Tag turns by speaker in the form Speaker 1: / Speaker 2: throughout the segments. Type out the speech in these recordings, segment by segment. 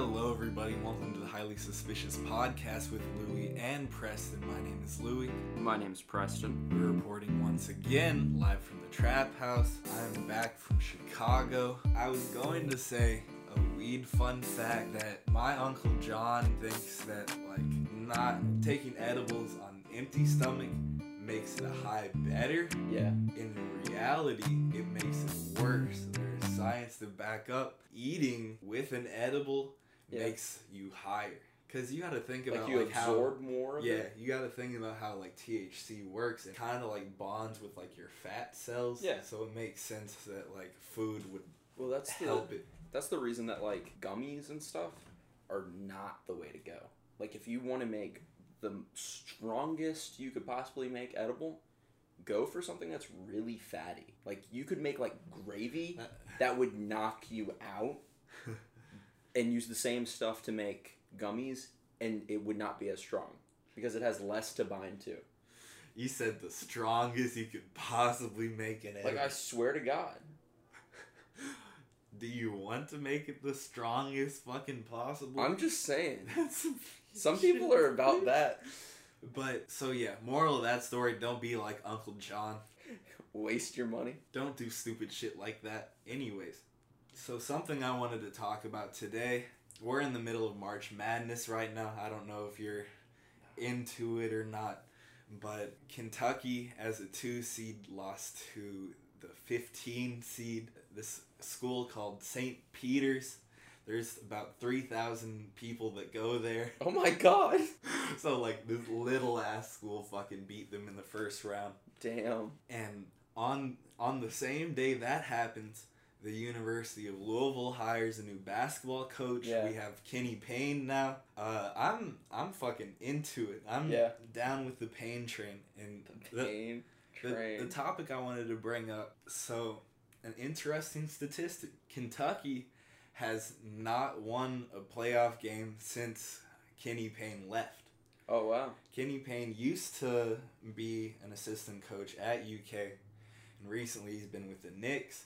Speaker 1: everybody. Welcome to the Highly Suspicious Podcast with Louie and Preston. My name is Louie.
Speaker 2: My name's Preston.
Speaker 1: We're reporting once again live from the Trap House. I'm back from Chicago. I was going to say a weed fun fact that my Uncle John thinks that, like, not taking edibles on an empty stomach makes it a high better.
Speaker 2: Yeah.
Speaker 1: In reality, it makes it worse. There's science to back up. Eating with an edible
Speaker 2: Yeah.
Speaker 1: makes you higher. Cause you gotta think about
Speaker 2: Like
Speaker 1: like,
Speaker 2: you
Speaker 1: how
Speaker 2: absorb more of
Speaker 1: yeah,
Speaker 2: it.
Speaker 1: you got to think about how like THC works. It kind of like bonds with like your fat cells.
Speaker 2: Yeah.
Speaker 1: So it makes sense that like food would
Speaker 2: Well, that's the
Speaker 1: help it.
Speaker 2: that's the reason that like gummies and stuff are not the way to go. Like if you want to make the strongest you could possibly make edible, go for something that's really fatty. Like you could make like
Speaker 1: Uh.
Speaker 2: gravy that would knock you out and use the same stuff to make gummies and it would not be as strong because it has less to bind to.
Speaker 1: You said the strongest you could possibly make an egg.
Speaker 2: Like I swear to god.
Speaker 1: Do you want to make it the strongest fucking possible?
Speaker 2: I'm just saying.
Speaker 1: That's
Speaker 2: Some people are about that.
Speaker 1: But so yeah, moral of that story: don't be like Uncle John.
Speaker 2: Waste your money.
Speaker 1: Don't do stupid shit like that. Anyways, so something I wanted to talk about today. We're in the middle of March Madness right now. I don't know if you're into it or not, but Kentucky, as a two seed, lost to the 15 seed, this school called St. Peter's. There's about 3,000 people that go there.
Speaker 2: Oh my god.
Speaker 1: So, like, this little ass school fucking beat them in the first round.
Speaker 2: Damn.
Speaker 1: And on on the same day that happens, the University of Louisville hires a new basketball coach.
Speaker 2: Yeah.
Speaker 1: We have Kenny Payne now. Uh, I'm I'm fucking into it. I'm
Speaker 2: Yeah.
Speaker 1: down with the Payne train. And
Speaker 2: The pain
Speaker 1: the,
Speaker 2: train.
Speaker 1: the topic I wanted to bring up. So, an interesting statistic: Kentucky has not won a playoff game since Kenny Payne left.
Speaker 2: oh wow.
Speaker 1: Kenny Payne used to be an assistant coach at UK, and recently he's been with the Knicks.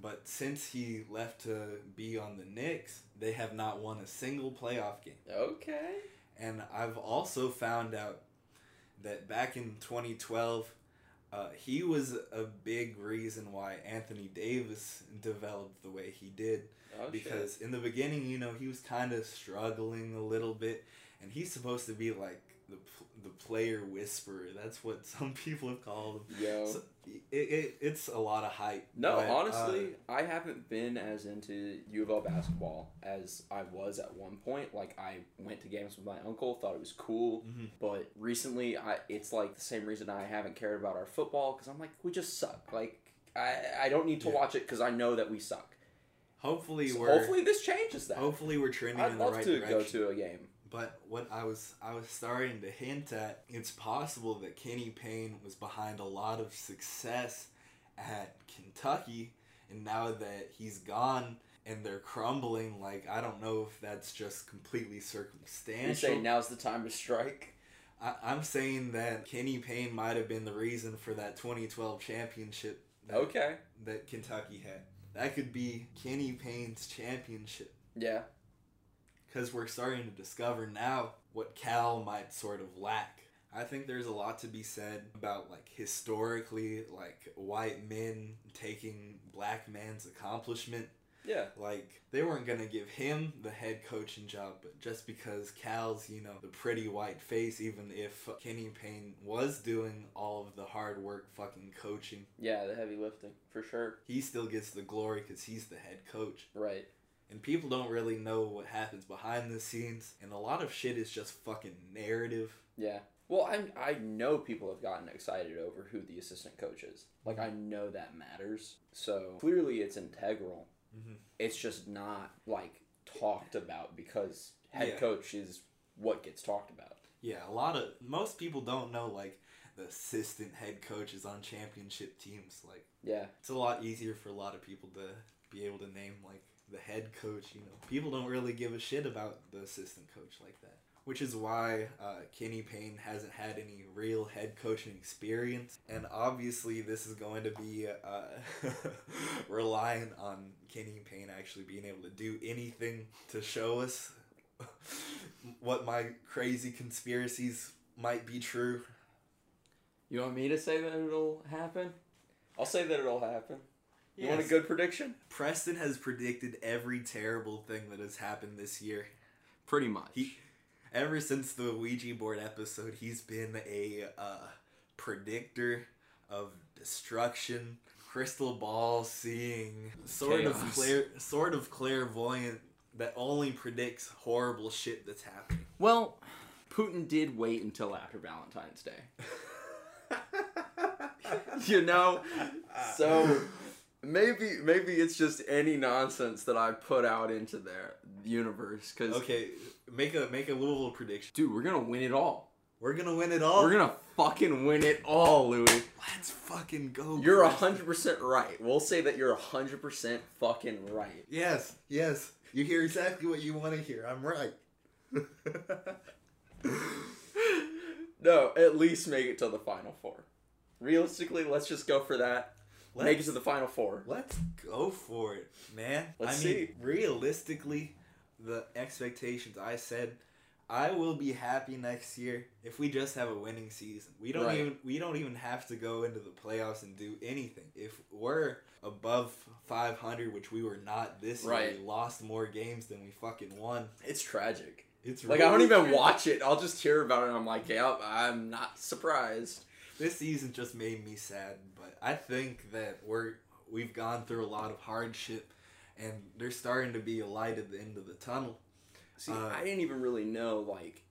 Speaker 1: But since he left to be on the Knicks, they have not won a single playoff game.
Speaker 2: Okay.
Speaker 1: And I've also found out that back in 2012, uh, he was a big reason why Anthony Davis developed the way he did
Speaker 2: Oh, shit.
Speaker 1: because in the beginning, you know, he was kind of struggling a little bit, and he's supposed to be like the pl- the player whisperer. That's what some people have called him.
Speaker 2: Yo.
Speaker 1: So, it, it, it's a lot of hype.
Speaker 2: no,
Speaker 1: but, uh,
Speaker 2: honestly, I haven't been as into U of L basketball as I was at one point. Like I went to games with my uncle, thought it was cool,
Speaker 1: Mhm.
Speaker 2: but recently I it's like the same reason I haven't cared about our football cuz I'm like we just suck. Like I I don't need to
Speaker 1: Yeah.
Speaker 2: watch it cuz I know that we suck.
Speaker 1: hopefully
Speaker 2: So
Speaker 1: we're hopefully,
Speaker 2: hopefully this changes that.
Speaker 1: we're trending
Speaker 2: I'd
Speaker 1: in the
Speaker 2: love
Speaker 1: right
Speaker 2: to
Speaker 1: direction.
Speaker 2: go to a game.
Speaker 1: But what I was I was starting to hint at, it's possible that Kenny Payne was behind a lot of success at Kentucky, and now that he's gone and they're crumbling, like I don't know if that's just completely
Speaker 2: You say
Speaker 1: circumstantial.
Speaker 2: now's the time to strike.
Speaker 1: I, I'm saying that Kenny Payne might have been the reason for that 2012 championship that,
Speaker 2: Okay.
Speaker 1: that Kentucky had. That could be Kenny Payne's championship.
Speaker 2: Yeah.
Speaker 1: because we're starting to discover now what Cal might sort of lack. I think there's a lot to be said about like historically like white men taking black man's accomplishment.
Speaker 2: Yeah.
Speaker 1: Like they weren't gonna give him the head coaching job, but just because Cal's you know the pretty white face, even if Kenny Payne was doing all of the hard work, fucking coaching,
Speaker 2: Yeah, the heavy lifting for sure.
Speaker 1: he still gets the glory because he's the head coach
Speaker 2: Right.
Speaker 1: and people don't really know what happens behind the scenes and a lot of shit is just fucking narrative
Speaker 2: Yeah. Well, I I know people have gotten excited over who the assistant coach is. Like I know that matters. So clearly it's integral.
Speaker 1: Mhm.
Speaker 2: It's just not like talked about because head
Speaker 1: Yeah.
Speaker 2: coach is what gets talked about.
Speaker 1: yeah a lot of most people don't know like the assistant head coaches on championship teams like
Speaker 2: Yeah.
Speaker 1: it's a lot easier for a lot of people to be able to name like the head coach you know people don't really give a shit about the assistant coach like that which is why uh, Kenny Payne hasn't had any real head coaching experience. And obviously, this is going to be uh, relying on Kenny Payne actually being able to do anything to show us what my crazy conspiracies might be true.
Speaker 2: You want me to say that it'll happen? I'll say that it'll happen. You want a
Speaker 1: Yes.
Speaker 2: good prediction?
Speaker 1: Preston has predicted every terrible thing that has happened this year.
Speaker 2: Pretty much.
Speaker 1: He- Ever since the Ouija board episode, he's been a uh, predictor of destruction, crystal ball seeing, sort of
Speaker 2: Chaos.
Speaker 1: clair- sort of clairvoyant that only predicts horrible shit that's happening.
Speaker 2: well, Putin did wait until after Valentine's Day. you know, so maybe maybe it's just any nonsense that I put out into their universe. Cause
Speaker 1: okay, make a make a Louisville prediction.
Speaker 2: dude, we're gonna win it all.
Speaker 1: We're gonna win it all.
Speaker 2: We're gonna fucking win it all, Louis.
Speaker 1: Let's fucking go.
Speaker 2: You're a
Speaker 1: Preston.
Speaker 2: hundred percent right. We'll say that you're a hundred percent fucking right.
Speaker 1: Yes, yes. You hear exactly what you want to hear. I'm right.
Speaker 2: No, at least make it to the final four. Realistically, let's just go for that. Make it
Speaker 1: Let's-
Speaker 2: to the final four.
Speaker 1: Let's go for it, man.
Speaker 2: Let's
Speaker 1: I mean,
Speaker 2: see.
Speaker 1: realistically, the expectations I said, I will be happy next year if we just have a winning season. We don't
Speaker 2: Right.
Speaker 1: even we don't even have to go into the playoffs and do anything. If we're above 500, which we were not this year,
Speaker 2: Right.
Speaker 1: we lost more games than we fucking won.
Speaker 2: It's tragic.
Speaker 1: It's
Speaker 2: Like I don't
Speaker 1: really
Speaker 2: even
Speaker 1: crazy.
Speaker 2: watch it. I'll just hear about it. and I'm like, yeah, I'm not surprised.
Speaker 1: This season just made me sad, but I think that we're we've gone through a lot of hardship, and there's starting to be a light at the end of the tunnel.
Speaker 2: See,
Speaker 1: Uh,
Speaker 2: I didn't even really know. Like,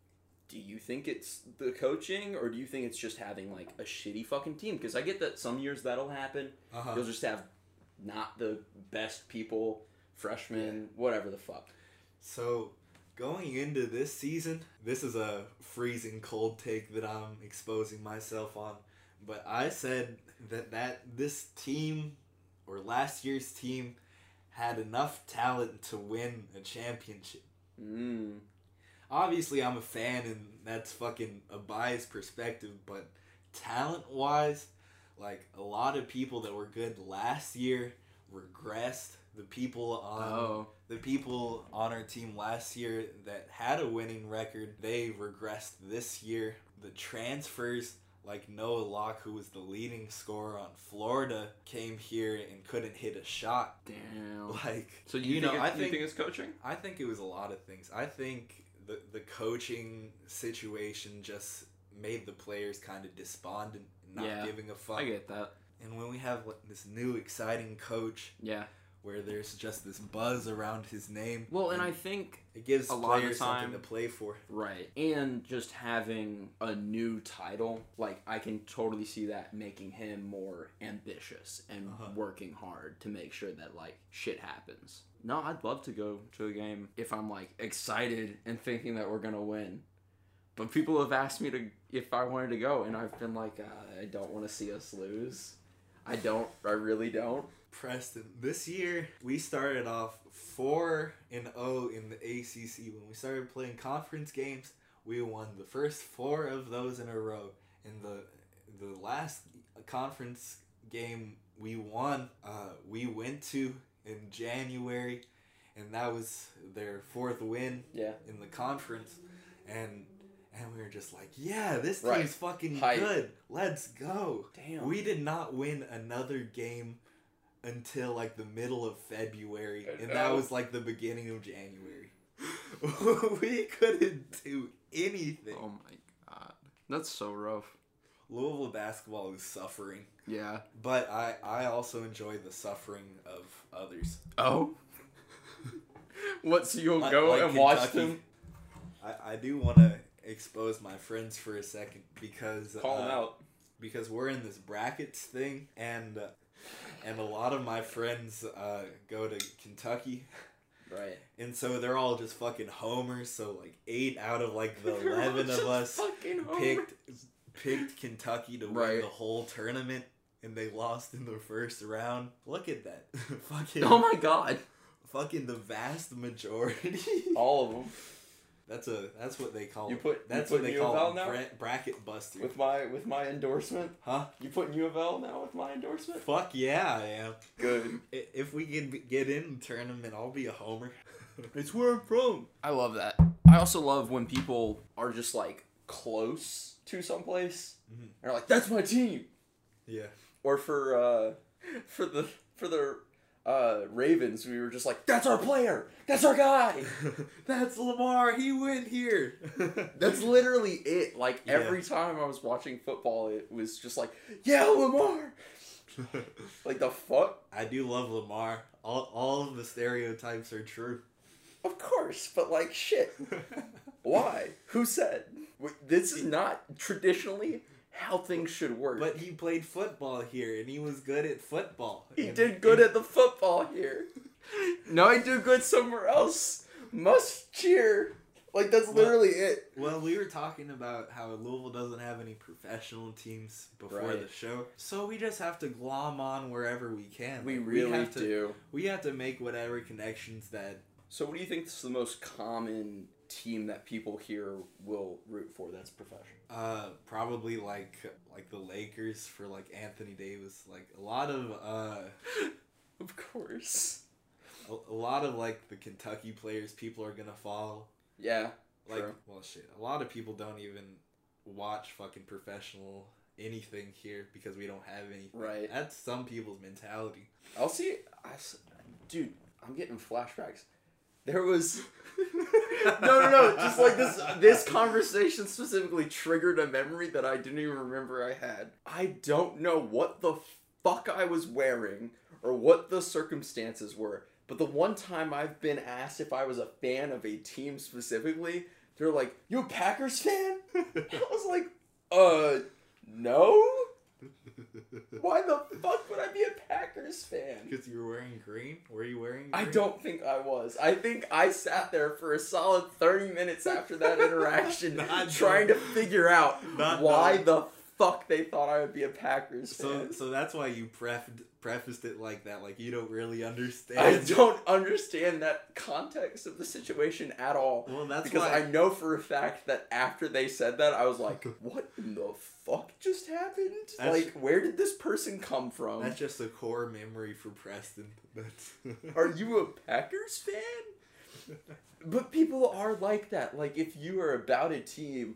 Speaker 2: do you think it's the coaching, or do you think it's just having like a shitty fucking team? Because I get that some years that'll happen.
Speaker 1: Uh-huh.
Speaker 2: You'll just have not the best people, freshmen, whatever the fuck.
Speaker 1: So, going into this season, this is a freezing cold take that I'm exposing myself on, but I said that that this team or last year's team had enough talent to win a championship.
Speaker 2: Mm.
Speaker 1: Obviously, I'm a fan and that's fucking a biased perspective, but talent-wise, like a lot of people that were good last year regressed. The people on
Speaker 2: Oh.
Speaker 1: the people on our team last year that had a winning record, they regressed this year. The transfers, like Noah Locke, who was the leading scorer on Florida, came here and couldn't hit a shot.
Speaker 2: damn.
Speaker 1: Like,
Speaker 2: So
Speaker 1: you, know, I think,
Speaker 2: it's coaching?
Speaker 1: I think it was a lot of things. I think the the coaching situation just made the players kind of despondent, not
Speaker 2: Yeah,
Speaker 1: giving a fuck.
Speaker 2: I get that.
Speaker 1: And when we have like, this new exciting coach,
Speaker 2: Yeah.
Speaker 1: where there's just this buzz around his name,
Speaker 2: Well, and I think
Speaker 1: It gives
Speaker 2: a lot of
Speaker 1: players
Speaker 2: the
Speaker 1: something to
Speaker 2: time-
Speaker 1: play for.
Speaker 2: right, and just having a new title, like I can totally see that making him more ambitious and
Speaker 1: Uh-huh.
Speaker 2: working hard to make sure that like shit happens. No, I'd love to go to a game if I'm like excited and thinking that we're gonna win. But people have asked me to if I wanted to go, and I've been like, uh, I don't want to see us lose. I don't. I really don't.
Speaker 1: Preston, this year we started off 4 and 0 in the ACC. When we started playing conference games, we won the first 4 of those in a row. In the the last conference game we won, uh, we went to in January and that was their fourth win
Speaker 2: Yeah.
Speaker 1: in the conference and and we were just like, yeah, this team's
Speaker 2: Right.
Speaker 1: fucking
Speaker 2: Hype.
Speaker 1: good. Let's go.
Speaker 2: Damn.
Speaker 1: We did not win another game until like the middle of February,
Speaker 2: I
Speaker 1: and that
Speaker 2: know.
Speaker 1: was like the beginning of January. we couldn't do anything.
Speaker 2: Oh my god. That's so rough.
Speaker 1: Louisville basketball is suffering,
Speaker 2: Yeah.
Speaker 1: but I I also enjoy the suffering of others.
Speaker 2: Oh? what, so you'll
Speaker 1: Like-
Speaker 2: go
Speaker 1: like
Speaker 2: and watch
Speaker 1: Kentucky.
Speaker 2: them?
Speaker 1: I I do want to expose my friends for a second because
Speaker 2: Call
Speaker 1: uh,
Speaker 2: them out.
Speaker 1: because we're in this brackets thing and uh, and a lot of my friends uh, go to Kentucky
Speaker 2: Right.
Speaker 1: And so they're all just fucking homers. So like eight out of like the eleven of us picked picked Kentucky to win
Speaker 2: Right.
Speaker 1: the whole tournament, and they lost in the first round. Look at that, fucking
Speaker 2: Oh my god.
Speaker 1: fucking the vast majority.
Speaker 2: All of them.
Speaker 1: That's a that's what they call
Speaker 2: You
Speaker 1: it.
Speaker 2: put- you
Speaker 1: that's
Speaker 2: put
Speaker 1: what they
Speaker 2: U of
Speaker 1: call
Speaker 2: L
Speaker 1: it,
Speaker 2: now?
Speaker 1: bra- bracket buster.
Speaker 2: With my with my endorsement.
Speaker 1: huh?
Speaker 2: You putting U of L now with my endorsement?
Speaker 1: Fuck yeah, I am.
Speaker 2: Good.
Speaker 1: I- If we can be- get in the tournament, I'll be a homer. it's where I'm from.
Speaker 2: I love that. I also love when people are just like close to someplace
Speaker 1: Mhm.
Speaker 2: and are like, "That's my team."
Speaker 1: Yeah.
Speaker 2: Or for uh, for the for the uh, Ravens, we were just like, "That's our player. That's our guy."
Speaker 1: That's Lamar. He went here.
Speaker 2: That's literally it. Like
Speaker 1: Yeah.
Speaker 2: every time I was watching football, it was just like, "Yeah, Lamar." Like the fuck.
Speaker 1: I do love Lamar. All all of the stereotypes are true.
Speaker 2: Of course, but like shit. Why? Who said? W- This is not traditionally how things should work.
Speaker 1: but he played football here, and he was good at football.
Speaker 2: He
Speaker 1: And-
Speaker 2: did good
Speaker 1: and-
Speaker 2: at the football here. Now I do good somewhere else. Must cheer. Like that's literally it.
Speaker 1: Well, we were talking about how Louisville doesn't have any professional teams before
Speaker 2: Right.
Speaker 1: the show, so we just have to glom on wherever we can.
Speaker 2: We
Speaker 1: Like,
Speaker 2: really
Speaker 1: have to,
Speaker 2: do.
Speaker 1: We have to make whatever connections that.
Speaker 2: So what do you think is the most common team that people here will root for that's professional?
Speaker 1: Uh, probably like like the Lakers for like Anthony Davis, like a lot of uh,
Speaker 2: Of course.
Speaker 1: a, a lot of like the Kentucky players people are gonna follow.
Speaker 2: Yeah.
Speaker 1: Like,
Speaker 2: True.
Speaker 1: well, shit. A lot of people don't even watch fucking professional anything here because we don't have anything.
Speaker 2: Right.
Speaker 1: That's some people's mentality.
Speaker 2: I'll see I s- dude, I'm getting flashbacks. There was No, no, no. Just like this, this conversation specifically triggered a memory that I didn't even remember I had. I don't know what the fuck I was wearing or what the circumstances were, but the one time I've been asked if I was a fan of a team specifically, they're like, "You a Packers fan?" I was like, "Uh, no. Why the fuck would I be a Packers fan?"
Speaker 1: Because you were wearing green? Were you wearing green?
Speaker 2: I don't think I was. I think I sat there for a solid 30 minutes after that interaction
Speaker 1: Not
Speaker 2: trying to
Speaker 1: done.
Speaker 2: figure out
Speaker 1: Not
Speaker 2: why
Speaker 1: done.
Speaker 2: the fuck they thought I would be a Packers
Speaker 1: So,
Speaker 2: fan.
Speaker 1: so that's why you prefed, prefaced it like that. Like, you don't really understand.
Speaker 2: I don't understand that context of the situation at all.
Speaker 1: Well, that's
Speaker 2: because
Speaker 1: why.
Speaker 2: I know for a fact that after they said that, I was like, what in the fuck just happened?
Speaker 1: That's-
Speaker 2: like, where did this person come from?
Speaker 1: that's just a core memory for Preston. That's.
Speaker 2: Are you a Packers fan? But people are like that. Like if you are about a team,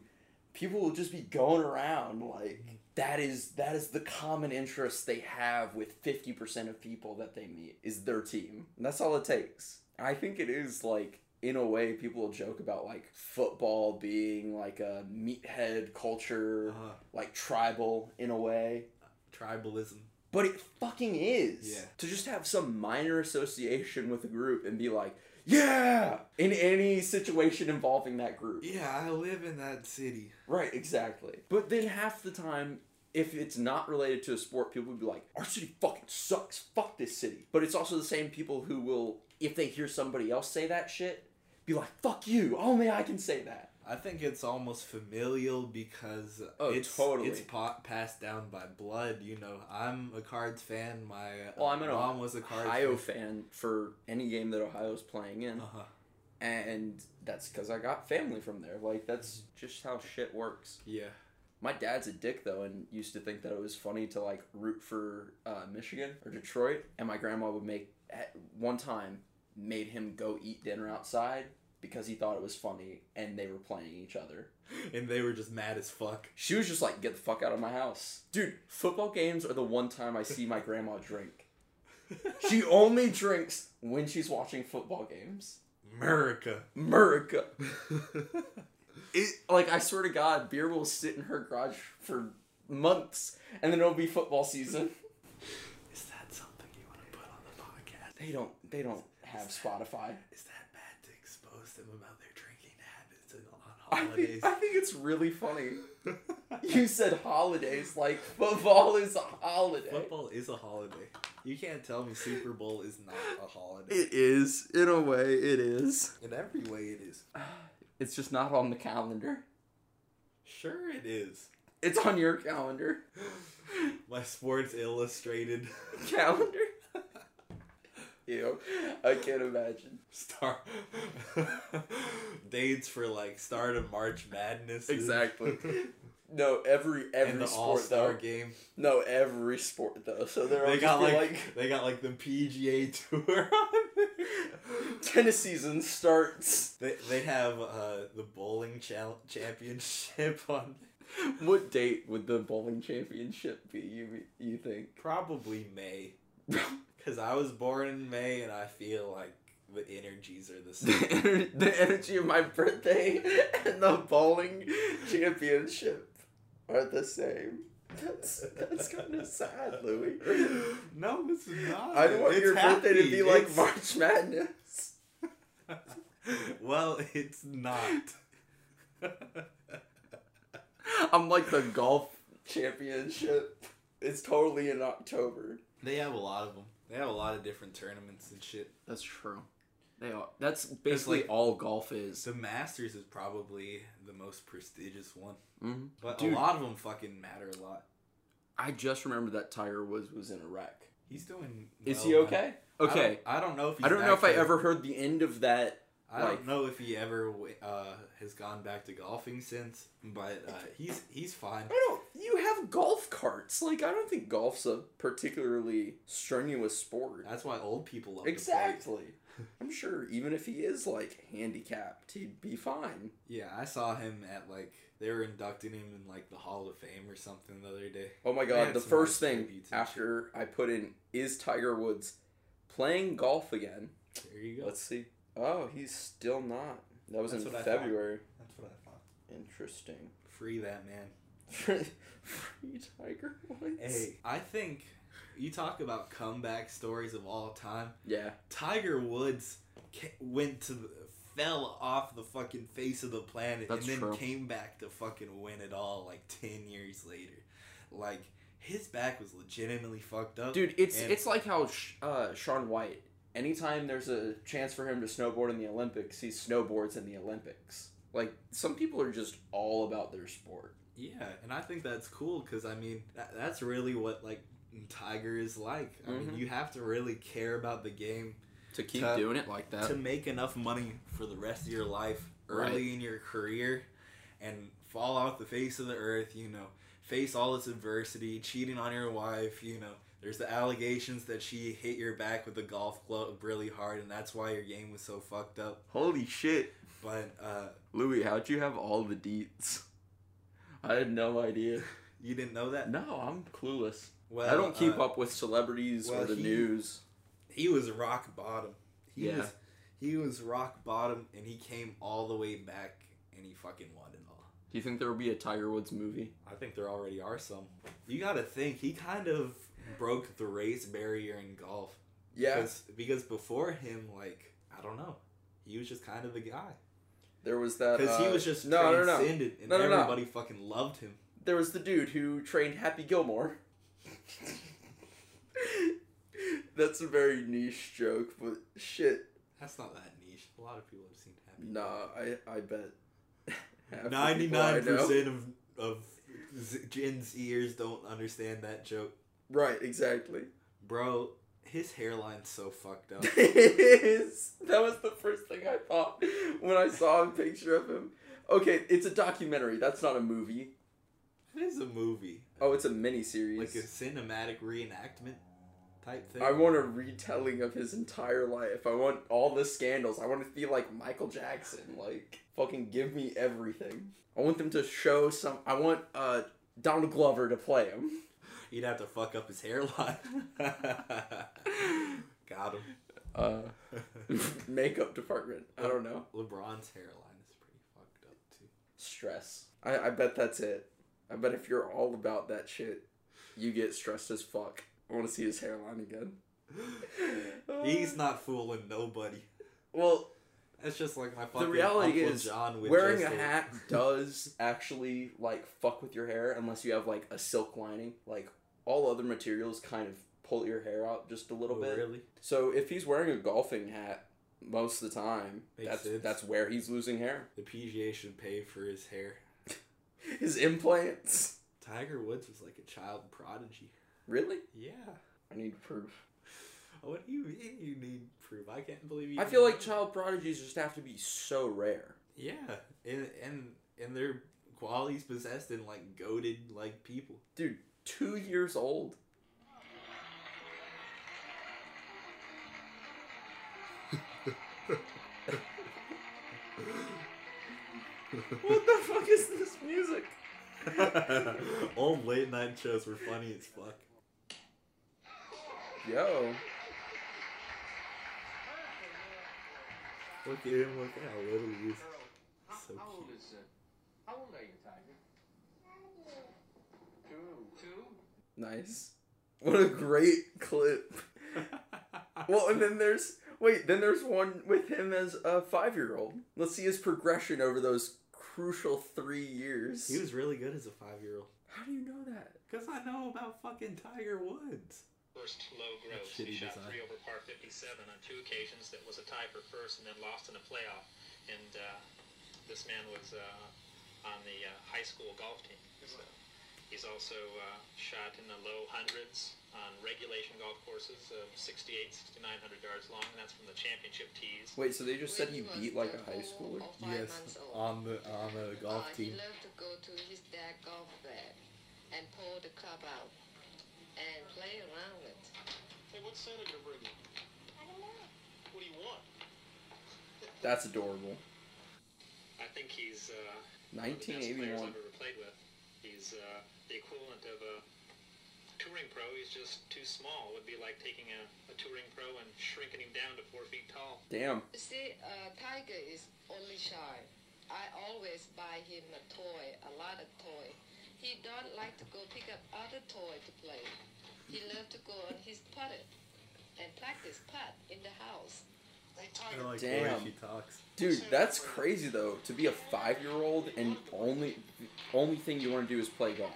Speaker 2: people will just be going around like that is that is the common interest they have with 50% of people that they meet is their team. And that's all it takes. I think it is like in a way people will joke about like football being like a meathead culture,
Speaker 1: uh,
Speaker 2: like tribal in a way.
Speaker 1: tribalism.
Speaker 2: But it fucking is.
Speaker 1: Yeah.
Speaker 2: To just have some minor association with a group and be like, yeah, in any situation involving that group.
Speaker 1: Yeah, I live in that city.
Speaker 2: Right, exactly. But then half the time, if it's not related to a sport, people would be like, our city fucking sucks. Fuck this city. But it's also the same people who will, if they hear somebody else say that shit, be like, fuck you. Only I can say that.
Speaker 1: I think it's almost familial because
Speaker 2: Oh,
Speaker 1: it's
Speaker 2: totally.
Speaker 1: it's pa- passed down by blood. You know, I'm a Cards fan. My uh,
Speaker 2: Well, I'm an
Speaker 1: mom was a Cards
Speaker 2: Ohio
Speaker 1: fan.
Speaker 2: fan for any game that Ohio's playing in.
Speaker 1: Uh-huh.
Speaker 2: and that's because I got family from there. Like that's just how shit works.
Speaker 1: Yeah.
Speaker 2: My dad's a dick though, and used to think that it was funny to like root for uh, Michigan or Detroit. And my grandma would make at one time made him go eat dinner outside because he thought it was funny, and they were playing each other.
Speaker 1: And they were just mad as fuck.
Speaker 2: She was just like, "Get the fuck out of my house, dude." Football games are the one time I see my grandma drink. She only drinks when she's watching football games.
Speaker 1: America.
Speaker 2: America. it like I swear to God, beer will sit in her garage for months, and then it'll be football season.
Speaker 1: Is that something you want to put on the podcast?
Speaker 2: They don't. They don't have Spotify.
Speaker 1: Is that bad to expose them about their drinking habits and
Speaker 2: I
Speaker 1: on
Speaker 2: think, I think it's really funny. You said holidays, like football is a holiday.
Speaker 1: Football is a holiday. You can't tell me Super Bowl is not a holiday.
Speaker 2: It is, in a way, it is.
Speaker 1: In every way, it is.
Speaker 2: It's just not on the calendar.
Speaker 1: Sure, it is.
Speaker 2: It's on your calendar.
Speaker 1: My Sports Illustrated
Speaker 2: Calendar. Ew, I can't imagine.
Speaker 1: star dates for like start of March Madness.
Speaker 2: Exactly. No, every every
Speaker 1: and the All
Speaker 2: sport
Speaker 1: Star
Speaker 2: though.
Speaker 1: game.
Speaker 2: No, every sport though. So they're all
Speaker 1: They got
Speaker 2: just be
Speaker 1: like,
Speaker 2: like,
Speaker 1: they got like the PGA tour on there.
Speaker 2: tennis season starts.
Speaker 1: They they have uh, the bowling chal- championship on
Speaker 2: What date would the bowling championship be? You you think?
Speaker 1: probably May because I was born in May and I feel like the energies are the
Speaker 2: the,
Speaker 1: same.
Speaker 2: ener- the energy of my birthday and the bowling championship are the same. That's that's kind of sad, Louis.
Speaker 1: no, it's not.
Speaker 2: I don't want
Speaker 1: It's
Speaker 2: your birthday to
Speaker 1: happy.
Speaker 2: be like
Speaker 1: It's-
Speaker 2: March Madness.
Speaker 1: well, it's not.
Speaker 2: I'm like the golf championship. It's totally in October.
Speaker 1: they have a lot of them. They have a lot of different tournaments and shit.
Speaker 2: That's true. They are. That's basically
Speaker 1: like-
Speaker 2: all golf is.
Speaker 1: The Masters is probably the most prestigious one,
Speaker 2: Mm-hmm.
Speaker 1: but
Speaker 2: Dude.
Speaker 1: a lot of them fucking matter a lot.
Speaker 2: I just remembered that Tiger Woods was in a wreck.
Speaker 1: He's doing.
Speaker 2: Is
Speaker 1: well,
Speaker 2: he
Speaker 1: man.
Speaker 2: okay?
Speaker 1: I don't-
Speaker 2: Okay.
Speaker 1: I don't, know if he's
Speaker 2: I don't know if I
Speaker 1: actually-
Speaker 2: ever heard the end of that.
Speaker 1: I don't
Speaker 2: Like-
Speaker 1: know if he ever w- uh, has gone back to golfing since, but uh, he's he's fine.
Speaker 2: I don't. You have golf carts. Like I don't think golf's a particularly strenuous sport.
Speaker 1: That's why old people love to play.
Speaker 2: Exactly. I'm sure even if he is like handicapped, he'd be fine.
Speaker 1: Yeah, I saw him at like they were inducting him in like the Hall of Fame or something the other day.
Speaker 2: Oh my
Speaker 1: They
Speaker 2: god,
Speaker 1: had
Speaker 2: the
Speaker 1: some
Speaker 2: first
Speaker 1: nice
Speaker 2: thing
Speaker 1: tributes and
Speaker 2: after I put in is Tiger Woods playing golf again.
Speaker 1: There you go.
Speaker 2: Let's see. Oh, he's still not. That was
Speaker 1: That's
Speaker 2: in
Speaker 1: what I thought.
Speaker 2: February.
Speaker 1: That's what I thought.
Speaker 2: Interesting.
Speaker 1: Free that man.
Speaker 2: Free Tiger Woods.
Speaker 1: Hey, I think you talk about comeback stories of all time.
Speaker 2: Yeah.
Speaker 1: Tiger Woods ca- went to the, fell off the fucking face of the planet
Speaker 2: That's
Speaker 1: and then
Speaker 2: true.
Speaker 1: came back to fucking win it all like 10 years later. Like his back was legitimately fucked up.
Speaker 2: Dude, it's
Speaker 1: And-
Speaker 2: it's like how Sh- uh, Sean White. Anytime there's a chance for him to snowboard in the Olympics, he snowboards in the Olympics. Like some people are just all about their sport.
Speaker 1: Yeah, and I think that's cool cuz I mean that, that's really what like Tiger is like. I mean,
Speaker 2: Mhm.
Speaker 1: you have to really care about the game
Speaker 2: To keep
Speaker 1: To-
Speaker 2: doing it like that.
Speaker 1: to make enough money for the rest of your life early
Speaker 2: Right.
Speaker 1: in your career and fall off the face of the earth, you know, face all this adversity, cheating on your wife, you know. There's the allegations that she hit your back with a golf club really hard and that's why your game was so fucked up.
Speaker 2: Holy shit,
Speaker 1: But uh
Speaker 2: Louis! How'd you have all the deets? I had no idea.
Speaker 1: you didn't know that?
Speaker 2: No, I'm clueless.
Speaker 1: Well,
Speaker 2: I don't keep
Speaker 1: uh,
Speaker 2: up with celebrities
Speaker 1: well,
Speaker 2: or the
Speaker 1: he-
Speaker 2: news.
Speaker 1: he was rock bottom. He
Speaker 2: Yeah.
Speaker 1: was he was rock bottom and he came all the way back and he fucking won it all.
Speaker 2: Do you think there will be a Tiger Woods movie?
Speaker 1: I think there already are some. You gotta think he kind of broke the race barrier in golf. Because, because before him, like I don't know, he was just kind of the guy.
Speaker 2: there was that.
Speaker 1: Because he
Speaker 2: uh,
Speaker 1: was just
Speaker 2: no, no, no.
Speaker 1: transcendent, and
Speaker 2: No, no, no.
Speaker 1: everybody fucking loved him.
Speaker 2: there was the dude who trained Happy Gilmore. That's a very niche joke, but shit.
Speaker 1: That's not that niche. A lot of people have seen Happy.
Speaker 2: Nah, I I bet. half the people I
Speaker 1: Ninety nine
Speaker 2: know-
Speaker 1: percent of of Z- Gen Zers don't understand that joke,
Speaker 2: Right, exactly.
Speaker 1: bro. His hairline's so fucked up.
Speaker 2: Is- that was the first thing I thought when I saw a picture of him. Okay, it's a documentary. That's not a movie.
Speaker 1: it is a movie,
Speaker 2: Oh, it's a miniseries.
Speaker 1: like a cinematic reenactment type thing.
Speaker 2: I want a retelling of his entire life. I want all the scandals. I want it to be like Michael Jackson. Like, fucking give me everything. I want them to show some. I want uh, Donald Glover to play him.
Speaker 1: He'd have to fuck up his hairline. Got him.
Speaker 2: Uh, makeup department. I don't know.
Speaker 1: LeBron's hairline is pretty fucked up too.
Speaker 2: Stress. I, I bet that's it. I bet if you're all about that shit, you get stressed as fuck. I want to see his hairline again. Uh,
Speaker 1: He's not fooling nobody.
Speaker 2: well.
Speaker 1: That's just like my fucking
Speaker 2: reality
Speaker 1: Uncle
Speaker 2: is
Speaker 1: John with
Speaker 2: Wearing a
Speaker 1: just
Speaker 2: hat does actually like fuck with your hair unless you have like a silk lining. Like all other materials kind of pull your hair out just a little
Speaker 1: Oh,
Speaker 2: bit.
Speaker 1: Really?
Speaker 2: So if he's wearing a golfing hat most of the time,
Speaker 1: Makes
Speaker 2: that's
Speaker 1: sense.
Speaker 2: that's where he's losing hair.
Speaker 1: The PGA should pay for his hair.
Speaker 2: His implants.
Speaker 1: Tiger Woods was like a child prodigy.
Speaker 2: Really?
Speaker 1: Yeah.
Speaker 2: I need proof.
Speaker 1: What do you mean you need proof? I can't believe you.
Speaker 2: I
Speaker 1: even
Speaker 2: feel like
Speaker 1: know.
Speaker 2: child prodigies just have to be so rare.
Speaker 1: Yeah, and and and their qualities possessed in like goaded like people.
Speaker 2: Dude, 2 years old. What the fuck is this music?
Speaker 1: All late night shows were funny as fuck.
Speaker 2: Yo.
Speaker 1: Look at him, look at how little he is.
Speaker 3: How,
Speaker 1: So
Speaker 3: how old
Speaker 1: cute.
Speaker 3: is uh, How old are you, Tiger? Two. Two?
Speaker 2: Nice. What a great clip. Well, and then there's wait, then there's one with him as a five year old. Let's see his progression over those crucial three years.
Speaker 1: he was really good as a five year old.
Speaker 2: How do you know that?
Speaker 1: Because I know about fucking Tiger Woods.
Speaker 4: First low
Speaker 1: That's
Speaker 4: gross. He
Speaker 1: shitty
Speaker 4: shot
Speaker 1: design.
Speaker 4: three over par 57 on two occasions. That was a tie for first, and then lost in a playoff. And uh, this man was uh, on the uh, high school golf team. So he's also uh, shot in the low hundreds on regulation golf courses, um, 68, 6,900 yards long, and that's from the championship tees.
Speaker 2: Wait, so they just said he beat like a high schooler?
Speaker 1: Yes, on the on the golf
Speaker 5: uh,
Speaker 1: team.
Speaker 5: He loved to go to his dad golf bag and pull the club out and play around it.
Speaker 4: Hey, what Santa gonna bring you? What do you want?
Speaker 2: That's adorable.
Speaker 4: I think he's uh, one of the best
Speaker 2: 1981.
Speaker 4: players I've ever played with. He's uh, the equivalent of a touring pro. He's just too small. It would be like taking a, a touring pro and shrinking him down to four feet tall.
Speaker 2: Damn.
Speaker 5: You see, uh, Tiger is only shy. I always buy him a toy, a lot of toy. He don't like to go pick up other toy to play. He love to go on his putter and practice putt in the house.
Speaker 4: Hey,
Speaker 1: I
Speaker 4: Tiger.
Speaker 1: like the way
Speaker 2: Damn.
Speaker 1: she talks.
Speaker 2: Dude, that's crazy though. To be a five year old and only only thing you want to do is play golf.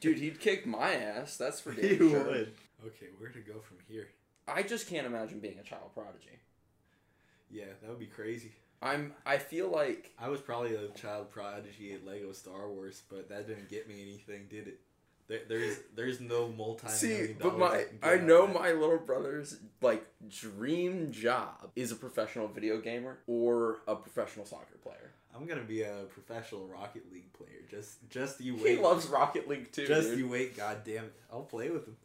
Speaker 2: Dude, he'd kick my ass. That's for damn
Speaker 1: He
Speaker 2: sure.
Speaker 1: would. Okay, where to go from here?
Speaker 2: I just can't imagine being a child prodigy.
Speaker 1: Yeah, that would be crazy.
Speaker 2: I'm. I feel like
Speaker 1: I was probably a child prodigy at Lego Star Wars, but that didn't get me anything, did it? There, there's there's no multi.
Speaker 2: See, but my I know my little brother's like dream job is a professional video gamer or a professional soccer player.
Speaker 1: I'm gonna be a professional Rocket League player. Just just you
Speaker 2: He
Speaker 1: wait.
Speaker 2: loves Rocket League too.
Speaker 1: just
Speaker 2: dude.
Speaker 1: you wait. God damn it! I'll play with him.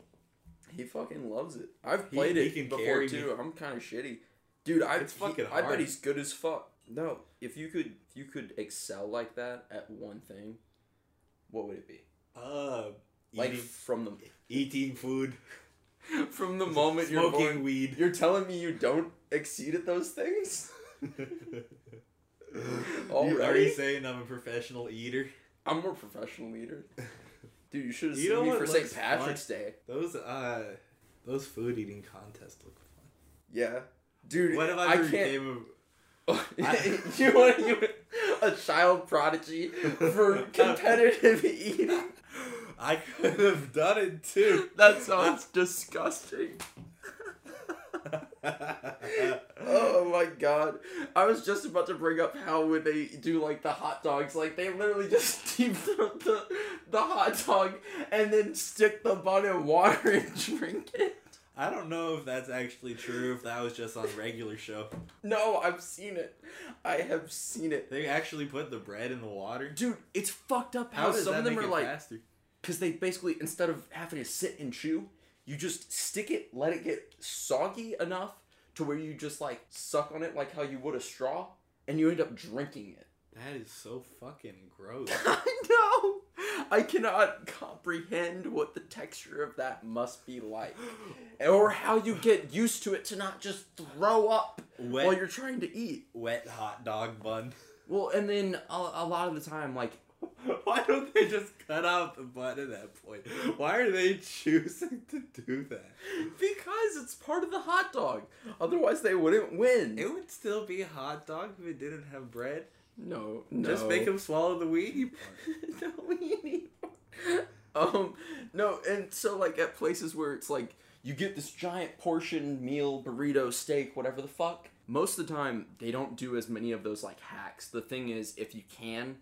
Speaker 2: He fucking loves it. I've
Speaker 1: He-
Speaker 2: played
Speaker 1: he
Speaker 2: it
Speaker 1: can
Speaker 2: before
Speaker 1: carry
Speaker 2: too. I'm kind of shitty, dude. I
Speaker 1: It's
Speaker 2: he-
Speaker 1: fucking
Speaker 2: I
Speaker 1: hard.
Speaker 2: bet he's good as fuck. No, if you could, if you could excel like that at one thing, what would it be?
Speaker 1: Uh,
Speaker 2: Like
Speaker 1: eating,
Speaker 2: from the
Speaker 1: eating food,
Speaker 2: from the moment you're
Speaker 1: smoking
Speaker 2: born,
Speaker 1: weed.
Speaker 2: you're telling me you don't exceed at those things.
Speaker 1: You are
Speaker 2: Already?
Speaker 1: you saying I'm a professional eater?
Speaker 2: I'm more professional leader. Dude, you should have
Speaker 1: You
Speaker 2: seen
Speaker 1: know
Speaker 2: me
Speaker 1: what
Speaker 2: for St.
Speaker 1: looks
Speaker 2: Patrick's Day.
Speaker 1: Those uh, those food eating contests look fun.
Speaker 2: Yeah. Dude,
Speaker 1: What if I,
Speaker 2: I
Speaker 1: ever
Speaker 2: can't.
Speaker 1: became a I-
Speaker 2: you want you a child prodigy for competitive eating?
Speaker 1: I could have done it too.
Speaker 2: That sounds disgusting. oh my god. I was just about to bring up how when they do like the hot dogs, like they literally just deep throat the, the hot dog and then stick the bun in water and drink it.
Speaker 1: I don't know if that's actually true. If that was just on regular show,
Speaker 2: No, I've seen it. I have seen it.
Speaker 1: they actually put the bread in the water.
Speaker 2: Dude, it's fucked up
Speaker 1: How
Speaker 2: how
Speaker 1: does
Speaker 2: some
Speaker 1: that
Speaker 2: of them
Speaker 1: make
Speaker 2: are
Speaker 1: it
Speaker 2: like
Speaker 1: faster?
Speaker 2: because they basically instead of having to sit and chew, you just stick it, let it get soggy enough to where you just like suck on it like how you would a straw, and you end up drinking it.
Speaker 1: That is so fucking gross.
Speaker 2: I know. I cannot comprehend what the texture of that must be like, or how you get used to it to not just throw up
Speaker 1: Wet,
Speaker 2: while you're trying to eat.
Speaker 1: wet hot dog bun.
Speaker 2: Well, and then a, a lot of the time, like
Speaker 1: Why don't they just cut out the bun at that point? Why are they choosing to do that?
Speaker 2: Because it's part of the hot dog. Otherwise, they wouldn't win.
Speaker 1: It would still be a hot dog if it didn't have bread.
Speaker 2: no, no.
Speaker 1: Just make them swallow the weenie.
Speaker 2: no weenie. um, no, and so like at places where it's like you get this giant portion meal, burrito, steak, whatever the fuck. Most of the time, they don't do as many of those like hacks. The thing is, if you can,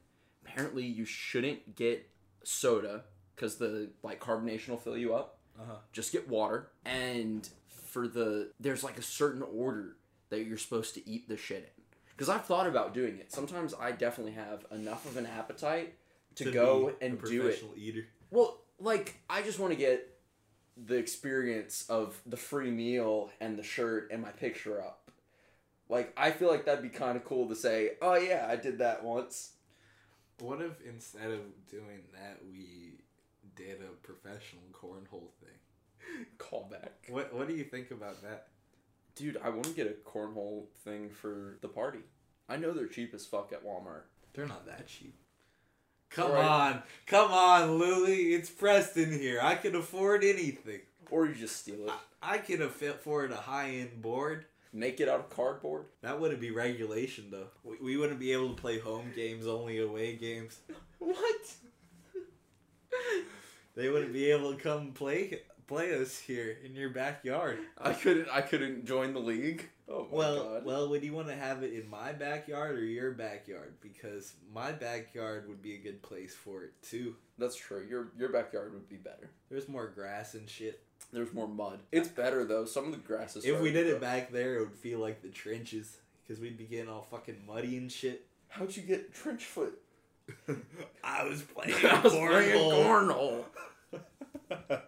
Speaker 2: apparently you shouldn't get soda because the like carbonation will fill you up.
Speaker 1: Uh-huh.
Speaker 2: Just get water, and for the there's like a certain order that you're supposed to eat the shit in. Because I've thought about doing it. Sometimes I definitely have enough of an appetite to, go
Speaker 1: be a
Speaker 2: and do it.
Speaker 1: professional Eater.
Speaker 2: Well, like I just want to get the experience of the free meal and the shirt and my picture up. Like, I feel like that'd be kind of cool to say, oh, yeah, I did that once.
Speaker 1: What if instead of doing that, we did a professional cornhole thing?
Speaker 2: Callback.
Speaker 1: What What do you think about that?
Speaker 2: Dude, I want to get a cornhole thing for the party. I know they're cheap as fuck at Walmart.
Speaker 1: They're not that cheap. Come
Speaker 2: Right.
Speaker 1: on, come on, Lily. It's Preston here. I can afford anything.
Speaker 2: Or you just steal it.
Speaker 1: I, I can afford a high end board.
Speaker 2: Make it out of cardboard.
Speaker 1: That wouldn't be regulation though. We, we wouldn't be able to play home games, only away games.
Speaker 2: What?
Speaker 1: They wouldn't be able to come play play us here in your backyard.
Speaker 2: I couldn't. I couldn't join the league. Oh my
Speaker 1: well,
Speaker 2: god.
Speaker 1: well, would you want to have it in my backyard or your backyard? Because my backyard would be a good place for it too.
Speaker 2: That's true. Your your backyard would be better.
Speaker 1: There's more grass and shit.
Speaker 2: There's more mud. It's better though. Some of the grass is.
Speaker 1: If we
Speaker 2: starting
Speaker 1: did
Speaker 2: to
Speaker 1: it
Speaker 2: grow.
Speaker 1: back there, it would feel like the trenches because we'd be getting all fucking muddy and shit.
Speaker 2: how'd you get trench foot?
Speaker 1: I was playing
Speaker 2: I was playing
Speaker 1: cornhole.
Speaker 2: cornhole.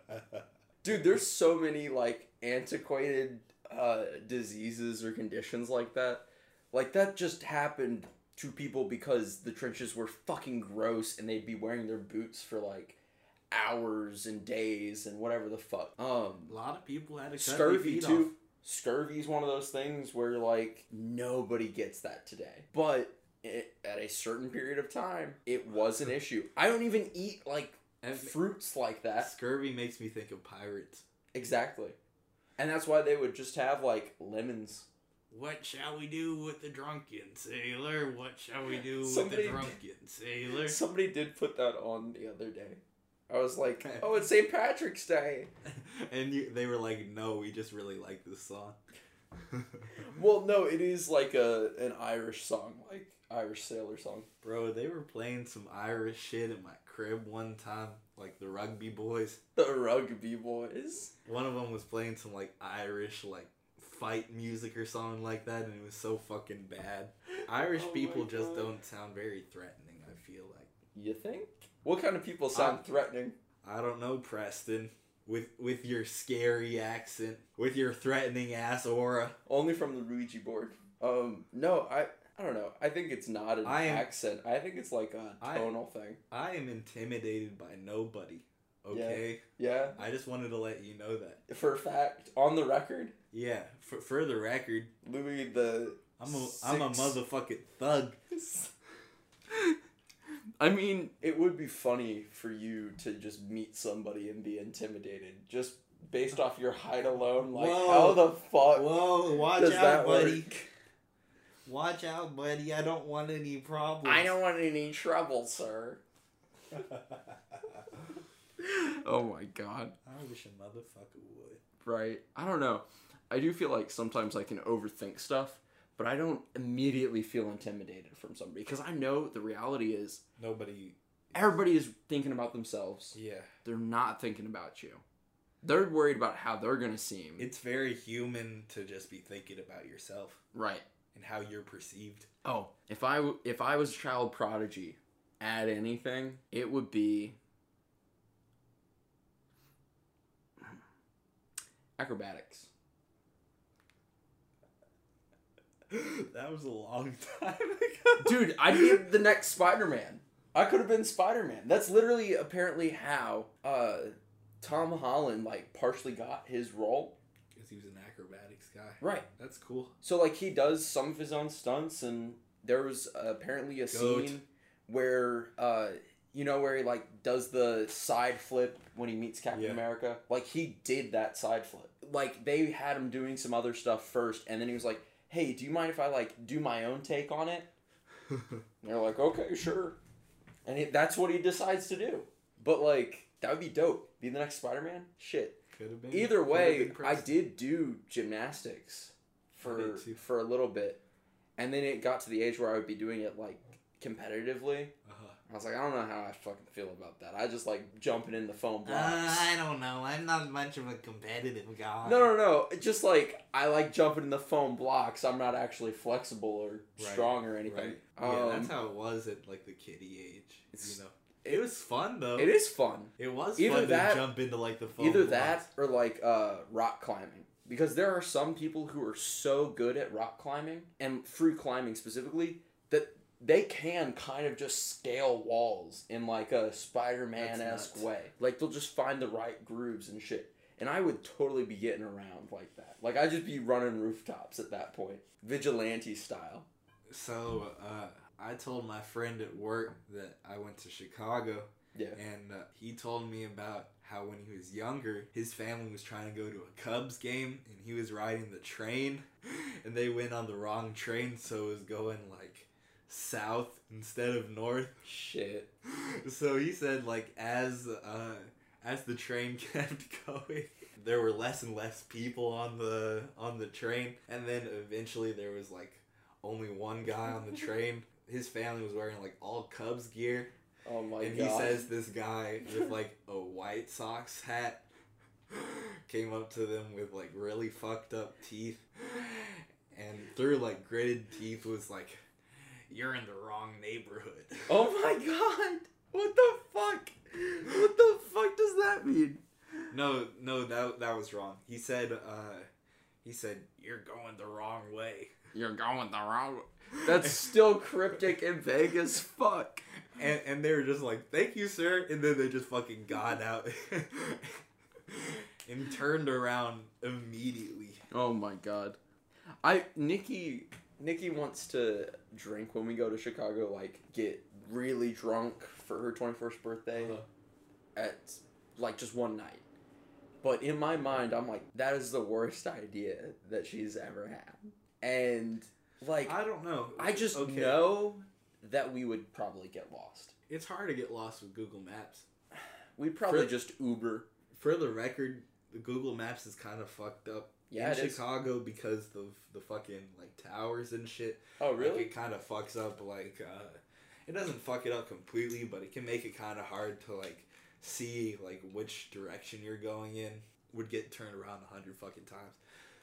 Speaker 2: Dude, there's so many like antiquated uh, diseases or conditions like that. Like that just happened to people because the trenches were fucking gross and they'd be wearing their boots for like hours and days and whatever the fuck. Um
Speaker 1: A lot of people had to cut their
Speaker 2: scurvy
Speaker 1: feet
Speaker 2: too.
Speaker 1: off.
Speaker 2: Scurvy is one of those things where like nobody gets that today, but it, at a certain period of time, it was an issue. I don't even eat like
Speaker 1: And
Speaker 2: fruits like that
Speaker 1: Scurvy makes me think of pirates.
Speaker 2: exactly, and that's why they would just have like lemons.
Speaker 1: What shall we do with the drunken sailor? What shall we do
Speaker 2: Somebody-
Speaker 1: sailor?
Speaker 2: Somebody did put that on the other day. I was like,
Speaker 1: Okay.
Speaker 2: oh, it's St. Patrick's Day.
Speaker 1: and you, they were like, "No, we just really like this song."
Speaker 2: Well, no, it is like a an Irish song, like Irish sailor song.
Speaker 1: Bro, they were playing some Irish shit at my crib one time, like the rugby boys.
Speaker 2: The rugby boys.
Speaker 1: One of them was playing some like Irish like fight music or something like that, and it was so fucking bad. Irish
Speaker 2: Oh my
Speaker 1: people just
Speaker 2: God.
Speaker 1: don't sound very threatening. I feel like
Speaker 2: You think? What kind of people sound
Speaker 1: I-
Speaker 2: threatening?
Speaker 1: I don't know, Preston, with with your scary accent, with your threatening ass aura.
Speaker 2: Only from the Luigi board. Um, no, I, I don't know. I think it's not an
Speaker 1: I am-
Speaker 2: accent. I think it's like a
Speaker 1: I-
Speaker 2: tonal thing.
Speaker 1: I am intimidated by nobody. Okay,
Speaker 2: Yeah,
Speaker 1: I just wanted to let you know that.
Speaker 2: for a fact, on the record,
Speaker 1: Yeah, for, for the record,
Speaker 2: Louis the.
Speaker 1: I'm a am a
Speaker 2: Six.
Speaker 1: motherfucking thug.
Speaker 2: I mean, it would be funny for you to just meet somebody and be intimidated just based off your height alone. Like,
Speaker 1: Whoa.
Speaker 2: how the fuck
Speaker 1: Whoa, watch
Speaker 2: does
Speaker 1: out,
Speaker 2: that
Speaker 1: buddy.
Speaker 2: work?
Speaker 1: Watch out, buddy. I don't want any problems.
Speaker 2: I don't want any trouble, sir. oh my god.
Speaker 1: I wish a motherfucker would.
Speaker 2: right? I don't know. I do feel like sometimes I can overthink stuff, but I don't immediately feel intimidated from somebody because I know the reality is
Speaker 1: Nobody.
Speaker 2: everybody is thinking about themselves.
Speaker 1: Yeah.
Speaker 2: They're not thinking about you. They're worried about how they're going to seem.
Speaker 1: It's very human to just be thinking about yourself
Speaker 2: right.
Speaker 1: and how you're perceived.
Speaker 2: Oh, if I w- if I was a child prodigy at anything, it would be acrobatics.
Speaker 1: that was a long time ago.
Speaker 2: Dude, I'd be the next Spider Man. I could have been Spider Man. That's literally apparently how uh, Tom Holland like partially got his role.
Speaker 1: Because he was an acrobatics guy.
Speaker 2: Right.
Speaker 1: That's cool.
Speaker 2: So like he does some of his own stunts, and there was apparently a
Speaker 1: Goat.
Speaker 2: scene where uh, you know where he like does the side flip when he meets Captain
Speaker 1: Yeah.
Speaker 2: America. Like he did that side flip. Like they had him doing some other stuff first, and then he was like, "Hey, do you mind if I like do my own take on it?" And they're like, okay, sure. And it, that's what he decides to do. But, like, that would be dope. Be the next Spider Man? Shit.
Speaker 1: Could have been.
Speaker 2: Either
Speaker 1: could've
Speaker 2: way,
Speaker 1: been
Speaker 2: I
Speaker 1: Preston.
Speaker 2: did do gymnastics for,
Speaker 1: did too.
Speaker 2: for a little bit. And then it got to the age where I would be doing it, like, competitively.
Speaker 1: Uh-huh.
Speaker 2: I was like, I don't know how I fucking feel about that. I just like jumping in the foam
Speaker 1: Uh,
Speaker 2: blocks.
Speaker 1: don't know. I'm not much of a competitive guy.
Speaker 2: no, no, no. It's Just like, I like jumping in the foam blocks. I'm not actually flexible or
Speaker 1: Right,
Speaker 2: strong or anything.
Speaker 1: Right. yeah,
Speaker 2: Um,
Speaker 1: that's how it was at like the kiddie age.
Speaker 2: It's-
Speaker 1: you know, it was fun though.
Speaker 2: it is fun.
Speaker 1: It was
Speaker 2: Either
Speaker 1: fun
Speaker 2: that-
Speaker 1: to jump into like the foam
Speaker 2: Either
Speaker 1: blocks.
Speaker 2: that or like uh, rock climbing. because there are some people who are so good at rock climbing and free climbing specifically that they can kind of just scale walls in like a Spider-Man
Speaker 1: That's
Speaker 2: esque
Speaker 1: nuts.
Speaker 2: way. Like they'll just find the right grooves and shit. And I would totally be getting around like that. Like I'd just be running rooftops at that point, vigilante style.
Speaker 1: So uh, I told my friend at work that I went to Chicago,
Speaker 2: Yeah.
Speaker 1: and uh, he told me about how when he was younger, his family was trying to go to a Cubs game, and he was riding the train, and they went on the wrong train, so it was going like south instead of north.
Speaker 2: Shit.
Speaker 1: so he said like as uh, as the train kept going there were less and less people on the on the train and then eventually there was like only one guy on the train his family was wearing like all cubs gear
Speaker 2: Oh my
Speaker 1: and
Speaker 2: god.
Speaker 1: he says this guy with like a white sox hat came up to them with like really fucked up teeth and through like gritted teeth was like you're in the wrong neighborhood
Speaker 2: Oh my god! What the fuck? What the fuck does that mean?
Speaker 1: No, no, that that was wrong. He said, uh, he said you're going the wrong way.
Speaker 2: You're going the wrong way. That's still cryptic and vague as fuck.
Speaker 1: And and they were just like, "Thank you, sir," and then they just fucking got out and turned around immediately.
Speaker 2: Oh my god. I Nikki Nikki wants to drink when we go to Chicago, like get really drunk for her twenty first birthday
Speaker 1: Uh-huh.
Speaker 2: at like just one night. But in my mind I'm like, that is the worst idea that she's ever had. And like
Speaker 1: I don't know.
Speaker 2: I just know that we would probably get lost.
Speaker 1: it's hard to get lost with Google Maps.
Speaker 2: We'd probably
Speaker 1: For-
Speaker 2: just Uber.
Speaker 1: For the record, the Google Maps is kind of fucked up
Speaker 2: Yeah,
Speaker 1: in
Speaker 2: it is.
Speaker 1: Chicago because of the fucking like towers and shit.
Speaker 2: Oh,
Speaker 1: Like, it kind of fucks up like uh, it doesn't fuck it up completely, but it can make it kind of hard to like see like which direction you're going in. Would get turned around a hundred fucking times.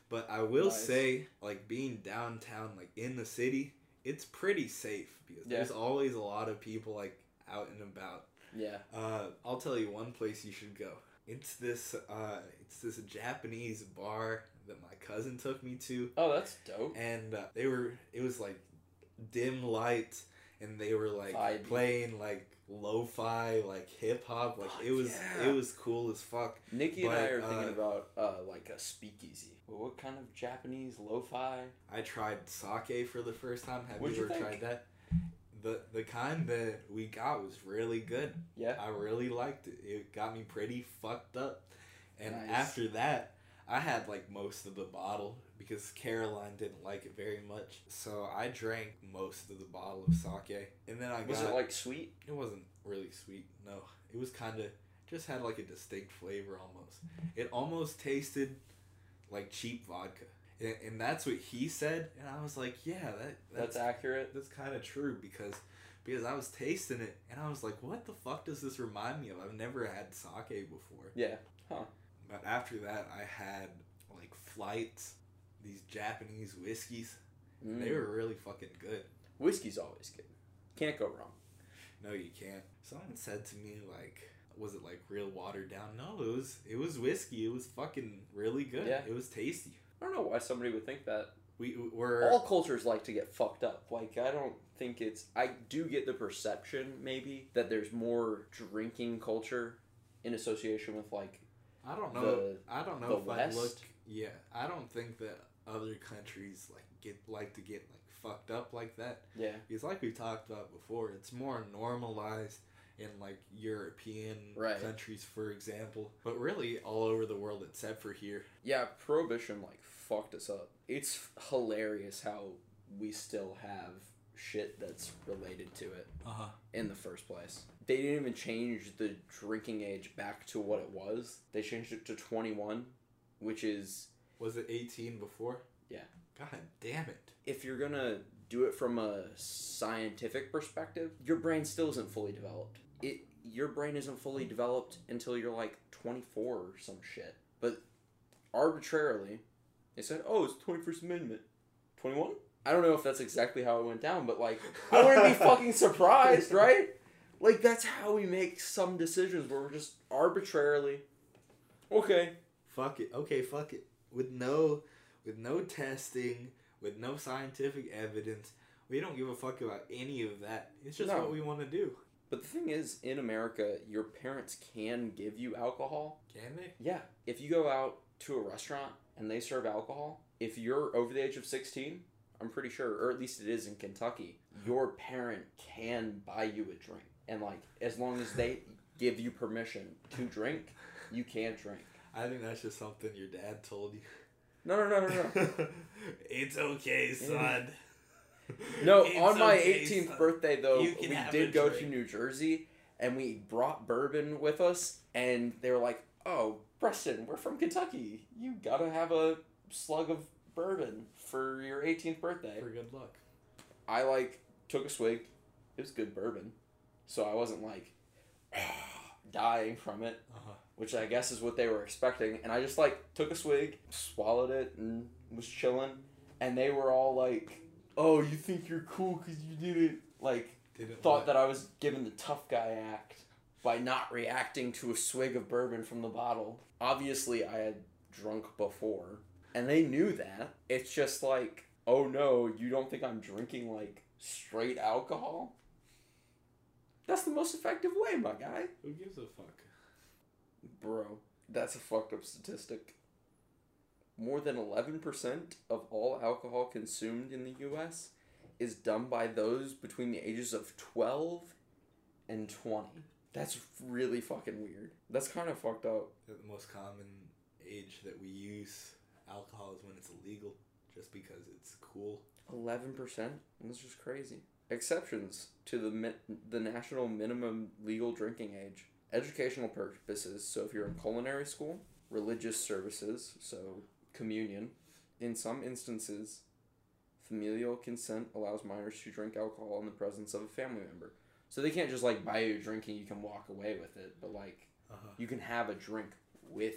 Speaker 1: But I will
Speaker 2: Nice.
Speaker 1: say, like being downtown, like in the city, it's pretty safe because
Speaker 2: Yeah.
Speaker 1: there's always a lot of people like out and about.
Speaker 2: Yeah.
Speaker 1: Uh, I'll tell you one place you should go. It's this uh, it's this Japanese bar that my cousin took me to
Speaker 2: Oh, that's dope.
Speaker 1: and uh, they were it was like dim lights and they were like
Speaker 2: Vibey.
Speaker 1: playing like lo-fi like hip-hop like
Speaker 2: Fuck
Speaker 1: it was
Speaker 2: yeah.
Speaker 1: it was cool as fuck
Speaker 2: Nikki and
Speaker 1: But,
Speaker 2: I are thinking
Speaker 1: uh,
Speaker 2: about uh, like a speakeasy. Well, what kind of Japanese lo-fi?
Speaker 1: i tried sake for the first time have
Speaker 2: What'd
Speaker 1: you
Speaker 2: you
Speaker 1: ever
Speaker 2: think?
Speaker 1: tried that the the kind that we got was really good
Speaker 2: Yeah.
Speaker 1: i really liked it it got me pretty fucked up and
Speaker 2: Nice.
Speaker 1: after that i had like most of the bottle because caroline didn't like it very much so i drank most of the bottle of sake and then i
Speaker 2: Was
Speaker 1: got
Speaker 2: it like sweet?
Speaker 1: It wasn't really sweet. No, it was kind of just had like a distinct flavor almost. It almost tasted like cheap vodka, and, and that's what he said. And I was like, yeah, that
Speaker 2: That's,
Speaker 1: that's
Speaker 2: accurate.
Speaker 1: that's kind of true because because I was tasting it and I was like, what the fuck does this remind me of? I've never had sake before.
Speaker 2: Yeah.
Speaker 1: But after that, I had like flights, these Japanese whiskeys. They
Speaker 2: Mm.
Speaker 1: were really fucking good.
Speaker 2: Whiskey's always good. Can't go wrong.
Speaker 1: No, you can't. Someone said to me like, was it like real watered down? No, it was it was whiskey. It was fucking really good.
Speaker 2: Yeah.
Speaker 1: It was tasty.
Speaker 2: I don't know why somebody would think that.
Speaker 1: We were
Speaker 2: All cultures like to get fucked up. Like I don't think it's. I do get the perception maybe that there's more drinking culture in association with like
Speaker 1: I don't know.
Speaker 2: the-
Speaker 1: I don't know
Speaker 2: the
Speaker 1: if
Speaker 2: West?
Speaker 1: I look. Yeah, I don't think that other countries like get like to get like fucked up like that
Speaker 2: yeah
Speaker 1: because like we talked about before, it's more normalized in like European
Speaker 2: Right.
Speaker 1: countries, for example, but really all over the world except for here.
Speaker 2: Yeah, prohibition like fucked us up. It's hilarious how we still have shit that's related to it
Speaker 1: Uh huh.
Speaker 2: in the first place. They didn't even change the drinking age back to what it was. They changed it to 21, which is
Speaker 1: Was it eighteen before?
Speaker 2: Yeah.
Speaker 1: God damn it.
Speaker 2: if you're going to do it from a scientific perspective, your brain still isn't fully developed. It your brain isn't fully developed until you're like 24 or some shit. But arbitrarily, they said, "Oh, it's 21st Amendment." 21? I don't know if that's exactly how it went down, but like I wouldn't be fucking surprised, right? Like that's how we make some decisions where we're just arbitrarily okay,
Speaker 1: Fuck it. Okay, fuck it. with no with no testing, with no scientific evidence. We don't give a fuck about any of that. It's just
Speaker 2: No.
Speaker 1: what we want to do.
Speaker 2: But the thing is, in America, your parents can give you alcohol.
Speaker 1: Can they?
Speaker 2: Yeah. If you go out to a restaurant and they serve alcohol, if you're over the age of 16, I'm pretty sure, or at least it is in Kentucky, your parent can buy you a drink. And, like, as long as they give you permission to drink, you can drink.
Speaker 1: I think that's just something your dad told you.
Speaker 2: No, no, no, no, no.
Speaker 1: it's okay, son.
Speaker 2: No,
Speaker 1: It's
Speaker 2: on my
Speaker 1: okay,
Speaker 2: 18th
Speaker 1: son.
Speaker 2: birthday, though,
Speaker 1: uh, You
Speaker 2: we
Speaker 1: can have a
Speaker 2: did go to
Speaker 1: drink.
Speaker 2: New Jersey and we brought bourbon with us, and they were like, oh, Preston, we're from Kentucky. You gotta have a slug of bourbon for your 18th birthday.
Speaker 1: For good luck.
Speaker 2: I like took a swig. It was good bourbon. So I wasn't like dying from it,
Speaker 1: Uh-huh.
Speaker 2: which I guess is what they were expecting. And I just like took a swig, swallowed it, and was chilling. And they were all like, oh, you think you're cool because you did it. Like,
Speaker 1: Didn't
Speaker 2: thought that I was given the tough guy act by not reacting to a swig of bourbon from the bottle. Obviously, I had drunk before, and they knew that. It's just like, oh no, you don't think I'm drinking like straight alcohol? That's the most effective way, my guy.
Speaker 1: Who gives a fuck?
Speaker 2: Bro, that's a fucked up statistic. More than 11% of all alcohol consumed in the US is done by those between the ages of 12 and 20. That's really fucking weird. That's kind of fucked up.
Speaker 1: The most common age that we use alcohol is when it's illegal, just because it's cool.
Speaker 2: 11%? That's just crazy. Exceptions to the mi- the national minimum legal drinking age. Educational purposes, so if you're in culinary school, religious services, so communion. In some instances, familial consent allows minors to drink alcohol in the presence of a family member. So they can't just like buy you a drink and you can walk away with it, but like
Speaker 1: Uh-huh.
Speaker 2: you can have a drink with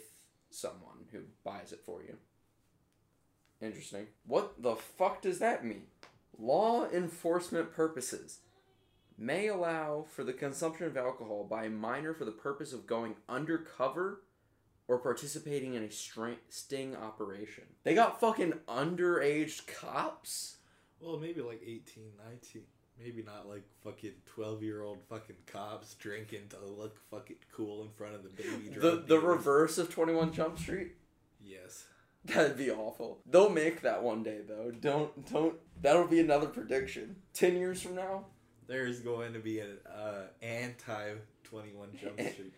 Speaker 2: someone who buys it for you. Interesting. What the fuck does that mean? Law enforcement purposes may allow for the consumption of alcohol by a minor for the purpose of going undercover or participating in a stra- sting operation. They got fucking underage cops?
Speaker 1: Well, maybe like 18, 19. Maybe not like fucking 12 year old fucking cops drinking to look fucking cool in front of the baby
Speaker 2: The,
Speaker 1: drug
Speaker 2: the
Speaker 1: dealers.
Speaker 2: reverse of 21 Jump Street?
Speaker 1: Yes.
Speaker 2: That'd be awful. They'll make that one day though. Don't don't. That'll be another prediction. Ten years from now,
Speaker 1: There's going to be an uh, anti 21 Jump Street.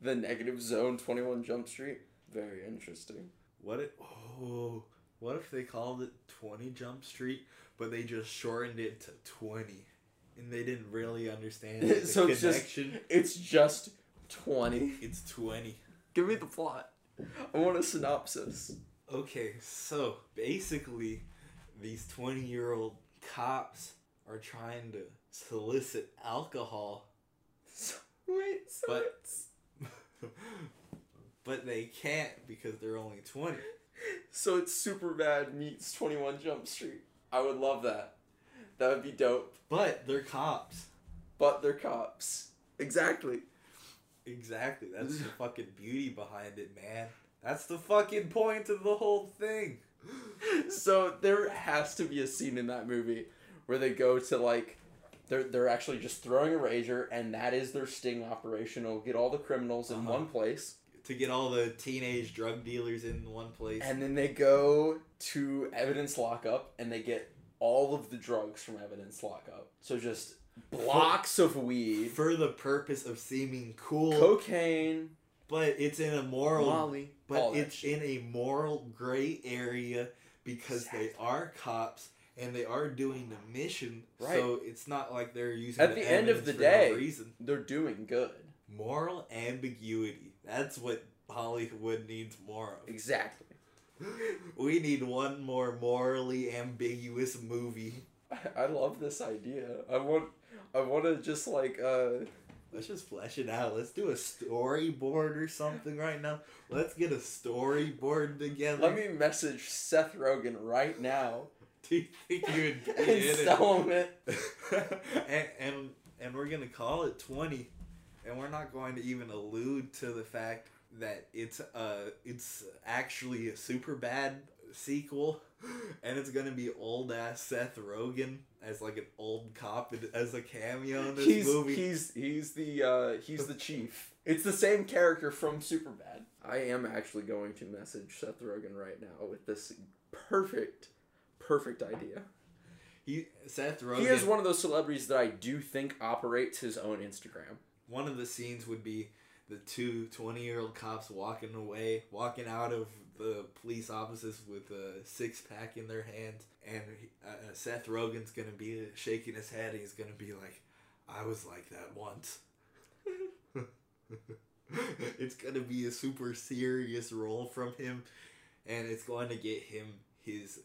Speaker 2: the negative zone twenty one Jump Street. Very interesting.
Speaker 1: What if, oh, what if they called it 20 Jump Street, but they just shortened it to 20? And they didn't really understand the
Speaker 2: so it's just
Speaker 1: connection.
Speaker 2: it's just twenty.
Speaker 1: It's 20.
Speaker 2: Give me the plot. I want a synopsis.
Speaker 1: Okay, so basically, these 20 year old cops are trying to solicit alcohol,
Speaker 2: So, wait. So
Speaker 1: But-
Speaker 2: it's
Speaker 1: but they can't because they're only 20.
Speaker 2: so it's super bad meets twenty one Jump Street. I would love that. That would be dope.
Speaker 1: But they're cops.
Speaker 2: But they're cops. Exactly.
Speaker 1: Exactly. That's the fucking beauty behind it, man. That's the fucking point of the whole thing.
Speaker 2: so there has to be a scene in that movie where they go to like they're they're actually just throwing a razor and that is their sting operation. It'll get all the criminals in
Speaker 1: Uh-huh.
Speaker 2: one place.
Speaker 1: To get all the teenage drug dealers in one place.
Speaker 2: And then they go to evidence lockup and they get all of the drugs from evidence lockup. So just blocks of weed,
Speaker 1: for the purpose of seeming cool,
Speaker 2: cocaine,
Speaker 1: but it's in a moral
Speaker 2: Molly,
Speaker 1: But
Speaker 2: all that
Speaker 1: it's
Speaker 2: shit.
Speaker 1: in a moral gray area because they are cops and they are doing the mission.
Speaker 2: Right.
Speaker 1: So it's not like they're using
Speaker 2: At the end of
Speaker 1: evidence
Speaker 2: the
Speaker 1: for
Speaker 2: day-
Speaker 1: no reason.
Speaker 2: they're doing good.
Speaker 1: Moral ambiguity. That's what Hollywood needs more of.
Speaker 2: Exactly.
Speaker 1: We need one more morally ambiguous movie.
Speaker 2: I- I love this idea. I want I want to just like uh
Speaker 1: Let's just flesh it out. Let's do a storyboard or something right now. Let's get a storyboard together.
Speaker 2: Let me message Seth Rogen right now
Speaker 1: Do you think you would be
Speaker 2: and
Speaker 1: in it?
Speaker 2: sell him it.
Speaker 1: and, and and we're gonna call it 20 and we're not going to even allude to the fact that it's uh it's actually a super bad sequel and it's gonna be old ass Seth Rogen as like an old cop in- as a cameo in this
Speaker 2: he's,
Speaker 1: movie.
Speaker 2: he's he's the uh, he's the chief. It's the same character from Superbad. I am actually going to message Seth Rogen right now with this perfect, perfect idea.
Speaker 1: He Seth Rogen
Speaker 2: He is one of those celebrities that I do think operates his own Instagram.
Speaker 1: one of the scenes would be the two 20 year old cops walking away, walking out of the police offices with a six pack in their hands. And he- uh, uh, Seth Rogen's going to be shaking his head. And he's going to be like, I was like that once. it's going to be a super serious role from him. And it's going to get him his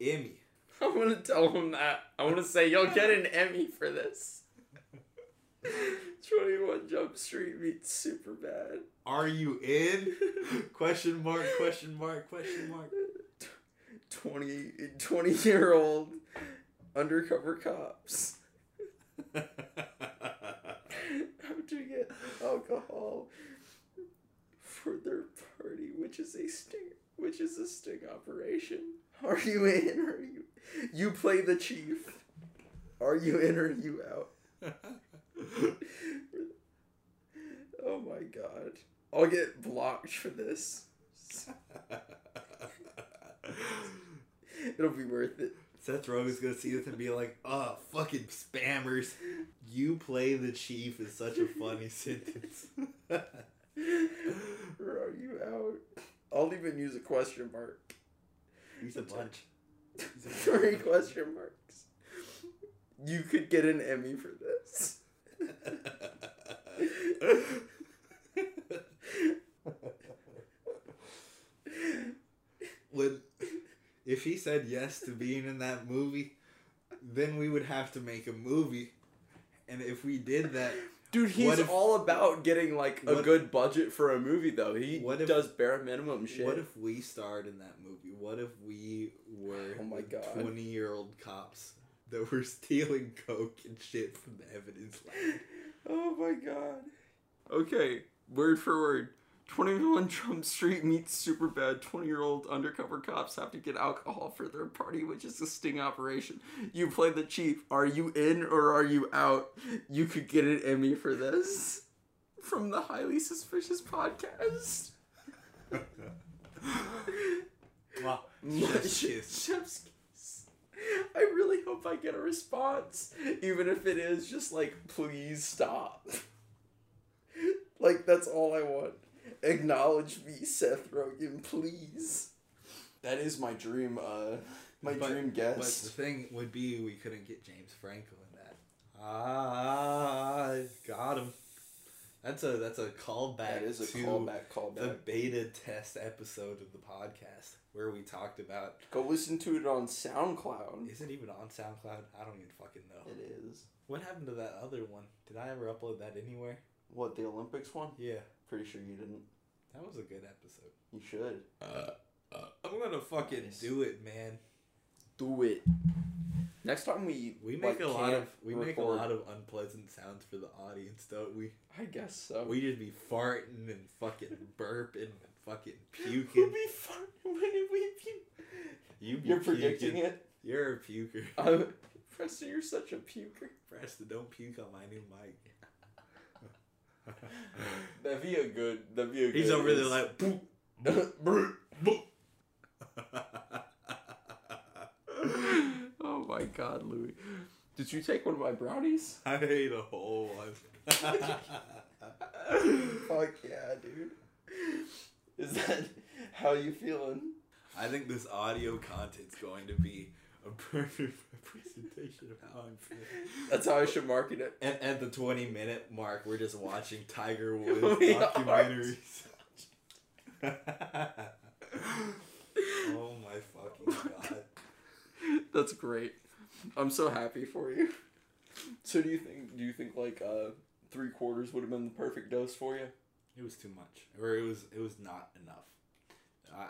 Speaker 1: Emmy.
Speaker 2: I want to tell him that. I want to say you'll get an Emmy for this. Twenty One Jump Street meets Superbad.
Speaker 1: Are you in? question mark, question mark, question mark.
Speaker 2: 20, 20 year old undercover cops. How to get alcohol for their party, which is a sting, which is a sting operation. Are you in? Are you? You play the chief. Are you in or are you out? Oh my god! I'll get blocked for this. It'll be worth it.
Speaker 1: Seth Rogen's gonna see this and be like, "Oh, fucking spammers! You play the chief is such a funny sentence."
Speaker 2: Or are you out? I'll even use a question mark.
Speaker 1: He's a bunch.
Speaker 2: Three question marks. You could get an Emmy for this.
Speaker 1: Would if he said yes to being in that movie, then we would have to make a movie, and if we did that,
Speaker 2: Dude, he's
Speaker 1: What if-
Speaker 2: all about getting like a
Speaker 1: what-
Speaker 2: good budget for a movie though. He
Speaker 1: What if-
Speaker 2: does bare minimum shit.
Speaker 1: What if we starred in that movie? What if we were
Speaker 2: Oh my God.
Speaker 1: twenty year old cops that were stealing coke and shit from the evidence lab?
Speaker 2: oh my god. Okay, word for word. 21 Trump Street meets Superbad. 20 year old undercover cops have to get alcohol for their party, which is a sting operation. You play the chief. Are you in or are you out? You could get an Emmy for this. From the Highly Suspicious podcast.
Speaker 1: Wow.
Speaker 2: Chef's
Speaker 1: kiss.
Speaker 2: Chef's kiss. I really hope I get a response, even if it is just like, please stop. like, that's all I want. Acknowledge me, Seth Rogen, please. That is my dream, uh, my
Speaker 1: But-
Speaker 2: dream
Speaker 1: But the
Speaker 2: guest.
Speaker 1: thing would be we couldn't get James Franco in that. Ah, got him. That's a that's a callback.
Speaker 2: that is a
Speaker 1: to
Speaker 2: callback,
Speaker 1: The
Speaker 2: callback.
Speaker 1: beta test episode of the podcast where we talked about
Speaker 2: Go listen to it on SoundCloud.
Speaker 1: is it even on SoundCloud? I don't even fucking know.
Speaker 2: It is.
Speaker 1: What happened to that other one? Did I ever upload that anywhere?
Speaker 2: What, the Olympics one?
Speaker 1: Yeah,
Speaker 2: Pretty sure you didn't.
Speaker 1: that was a good episode.
Speaker 2: You should.
Speaker 1: Uh, I'm gonna fucking
Speaker 2: Nice.
Speaker 1: do it, man.
Speaker 2: Do it. Next time we
Speaker 1: We make
Speaker 2: like,
Speaker 1: a lot
Speaker 2: can't
Speaker 1: of we make a
Speaker 2: record-
Speaker 1: lot of unpleasant sounds for the audience, don't we?
Speaker 2: I guess so.
Speaker 1: We just be farting and fucking burping and fucking
Speaker 2: We'll
Speaker 1: puking.
Speaker 2: be fine when we puke.
Speaker 1: You be
Speaker 2: You're predicting
Speaker 1: puking.
Speaker 2: it.
Speaker 1: You're a puker.
Speaker 2: I'm, Preston, you're such a puker.
Speaker 1: Preston, don't puke on my new mic.
Speaker 2: That'd be a good. That'd be a
Speaker 1: He's over there like boop
Speaker 2: like.
Speaker 1: boop.
Speaker 2: oh my God, Louis! Did you take one of my brownies?
Speaker 1: I ate a whole one.
Speaker 2: Fuck yeah, dude. Is that how you feeling?
Speaker 1: I think this audio content's going to be a perfect representation of how I'm feeling.
Speaker 2: That's how I should market it.
Speaker 1: At, at the 20 minute mark, we're just watching Tiger Woods
Speaker 2: We are.
Speaker 1: documentaries. oh my fucking god.
Speaker 2: That's great. I'm so happy for you. So do you think? Do you think like uh, three quarters would have been the perfect dose for you?
Speaker 1: It was too much. Or it was it was not enough.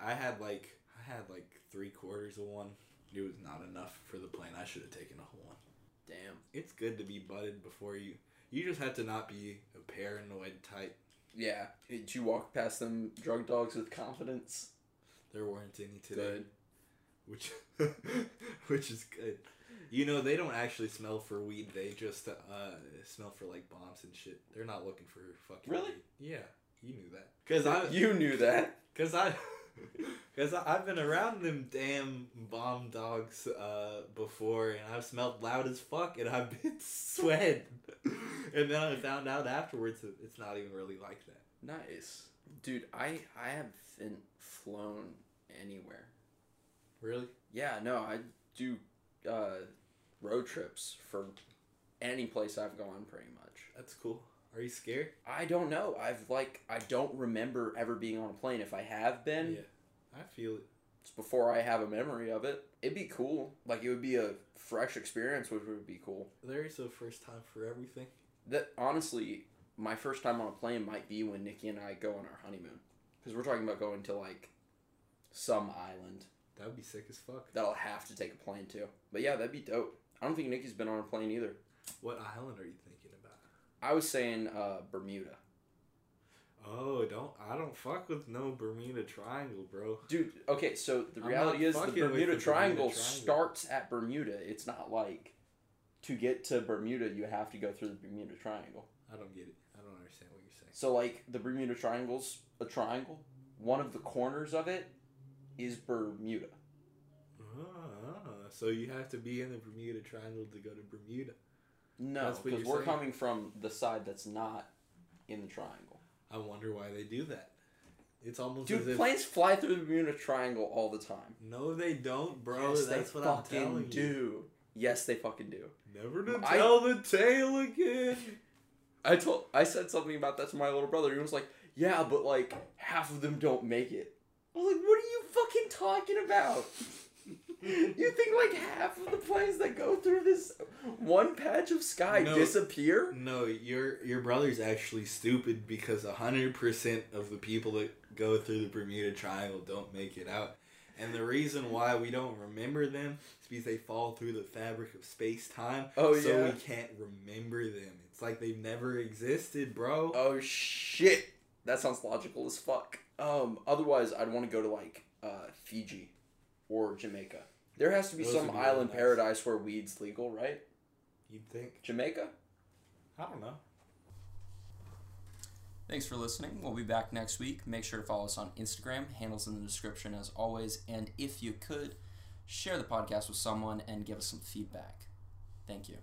Speaker 1: I, I had like I had like three quarters of one. It was not enough for the plane. I should have taken a whole one.
Speaker 2: Damn.
Speaker 1: It's good to be butted before you. You just have to not be a paranoid type.
Speaker 2: Yeah. Did you walk past them drug dogs with confidence?
Speaker 1: There weren't any today.
Speaker 2: Good.
Speaker 1: which which is good. You know they don't actually smell for weed. They just uh, smell for like bombs and shit. They're not looking for fucking.
Speaker 2: Really?
Speaker 1: weed. Yeah, you knew that. Cause I,
Speaker 2: You knew that.
Speaker 1: cause I, cause I, I've been around them damn bomb dogs uh, before, and I've smelled loud as fuck, and I've been sweating. and then I found out afterwards that it's not even really like that.
Speaker 2: Nice. Dude, I I haven't flown anywhere.
Speaker 1: Really?
Speaker 2: Yeah, no, I do uh, road trips for any place I've gone pretty much.
Speaker 1: That's cool. Are you scared?
Speaker 2: I don't know. I've like I don't remember ever being on a plane. If I have been,
Speaker 1: I feel it.
Speaker 2: it's before I have a memory of it. It'd be cool. Like it would be a fresh experience, which would be cool.
Speaker 1: There's a first time for everything.
Speaker 2: That honestly, my first time on a plane might be when Nikki and I go on our honeymoon, because we're talking about going to like some island
Speaker 1: That would be sick as fuck.
Speaker 2: that I'll have to take a plane to. But yeah, that'd be dope. I don't think Nikki's been on a plane either.
Speaker 1: What island are you thinking about?
Speaker 2: I was saying uh, Bermuda.
Speaker 1: Oh, don't I don't fuck with no Bermuda Triangle, bro.
Speaker 2: Dude, okay, so the
Speaker 1: I'm
Speaker 2: reality
Speaker 1: not
Speaker 2: is the
Speaker 1: fucking with
Speaker 2: Bermuda
Speaker 1: the Bermuda
Speaker 2: Triangle
Speaker 1: Triangle.
Speaker 2: starts at Bermuda. It's not like to get to Bermuda, you have to go through the Bermuda Triangle.
Speaker 1: I don't get it. I don't understand what you're saying.
Speaker 2: So, like, the Bermuda Triangle's a triangle. One of the corners of it is Bermuda.
Speaker 1: Ah, so you have to be in the Bermuda Triangle to go to Bermuda.
Speaker 2: No,
Speaker 1: That's what
Speaker 2: because
Speaker 1: you're
Speaker 2: we're
Speaker 1: saying.
Speaker 2: coming from the side that's not in the triangle.
Speaker 1: I wonder why they do that. It's almost as
Speaker 2: Dude,
Speaker 1: if
Speaker 2: planes fly through the Bermuda Triangle all the time.
Speaker 1: no, they don't, bro.
Speaker 2: yes,
Speaker 1: That's
Speaker 2: they
Speaker 1: what I'm
Speaker 2: fucking
Speaker 1: telling
Speaker 2: do.
Speaker 1: you.
Speaker 2: Yes, they fucking do.
Speaker 1: Never to
Speaker 2: I-
Speaker 1: tell the tale again.
Speaker 2: I told I said something about that to my little brother. He was like, "Yeah, but like half of them don't make it." I was like, "What are you fucking talking about? you think like half of the planes that go through this one patch of sky
Speaker 1: No.
Speaker 2: disappear?"
Speaker 1: No, your your brother's actually stupid because hundred percent of the people that go through the Bermuda Triangle don't make it out, and the reason why we don't remember them is because they fall through the fabric of space time.
Speaker 2: Oh,
Speaker 1: so
Speaker 2: yeah.
Speaker 1: we can't remember them. It's like they've never existed, bro.
Speaker 2: Oh shit. That sounds logical as fuck. Um otherwise I'd want to go to like uh Fiji or Jamaica. There has to be
Speaker 1: Those
Speaker 2: some
Speaker 1: would be really
Speaker 2: island
Speaker 1: nice.
Speaker 2: paradise where weed's legal, right?
Speaker 1: You'd think.
Speaker 2: Jamaica?
Speaker 1: I don't know.
Speaker 6: Thanks for listening. We'll be back next week. Make sure to follow us on Instagram, handles in the description as always. And if you could, share the podcast with someone and give us some feedback. Thank you.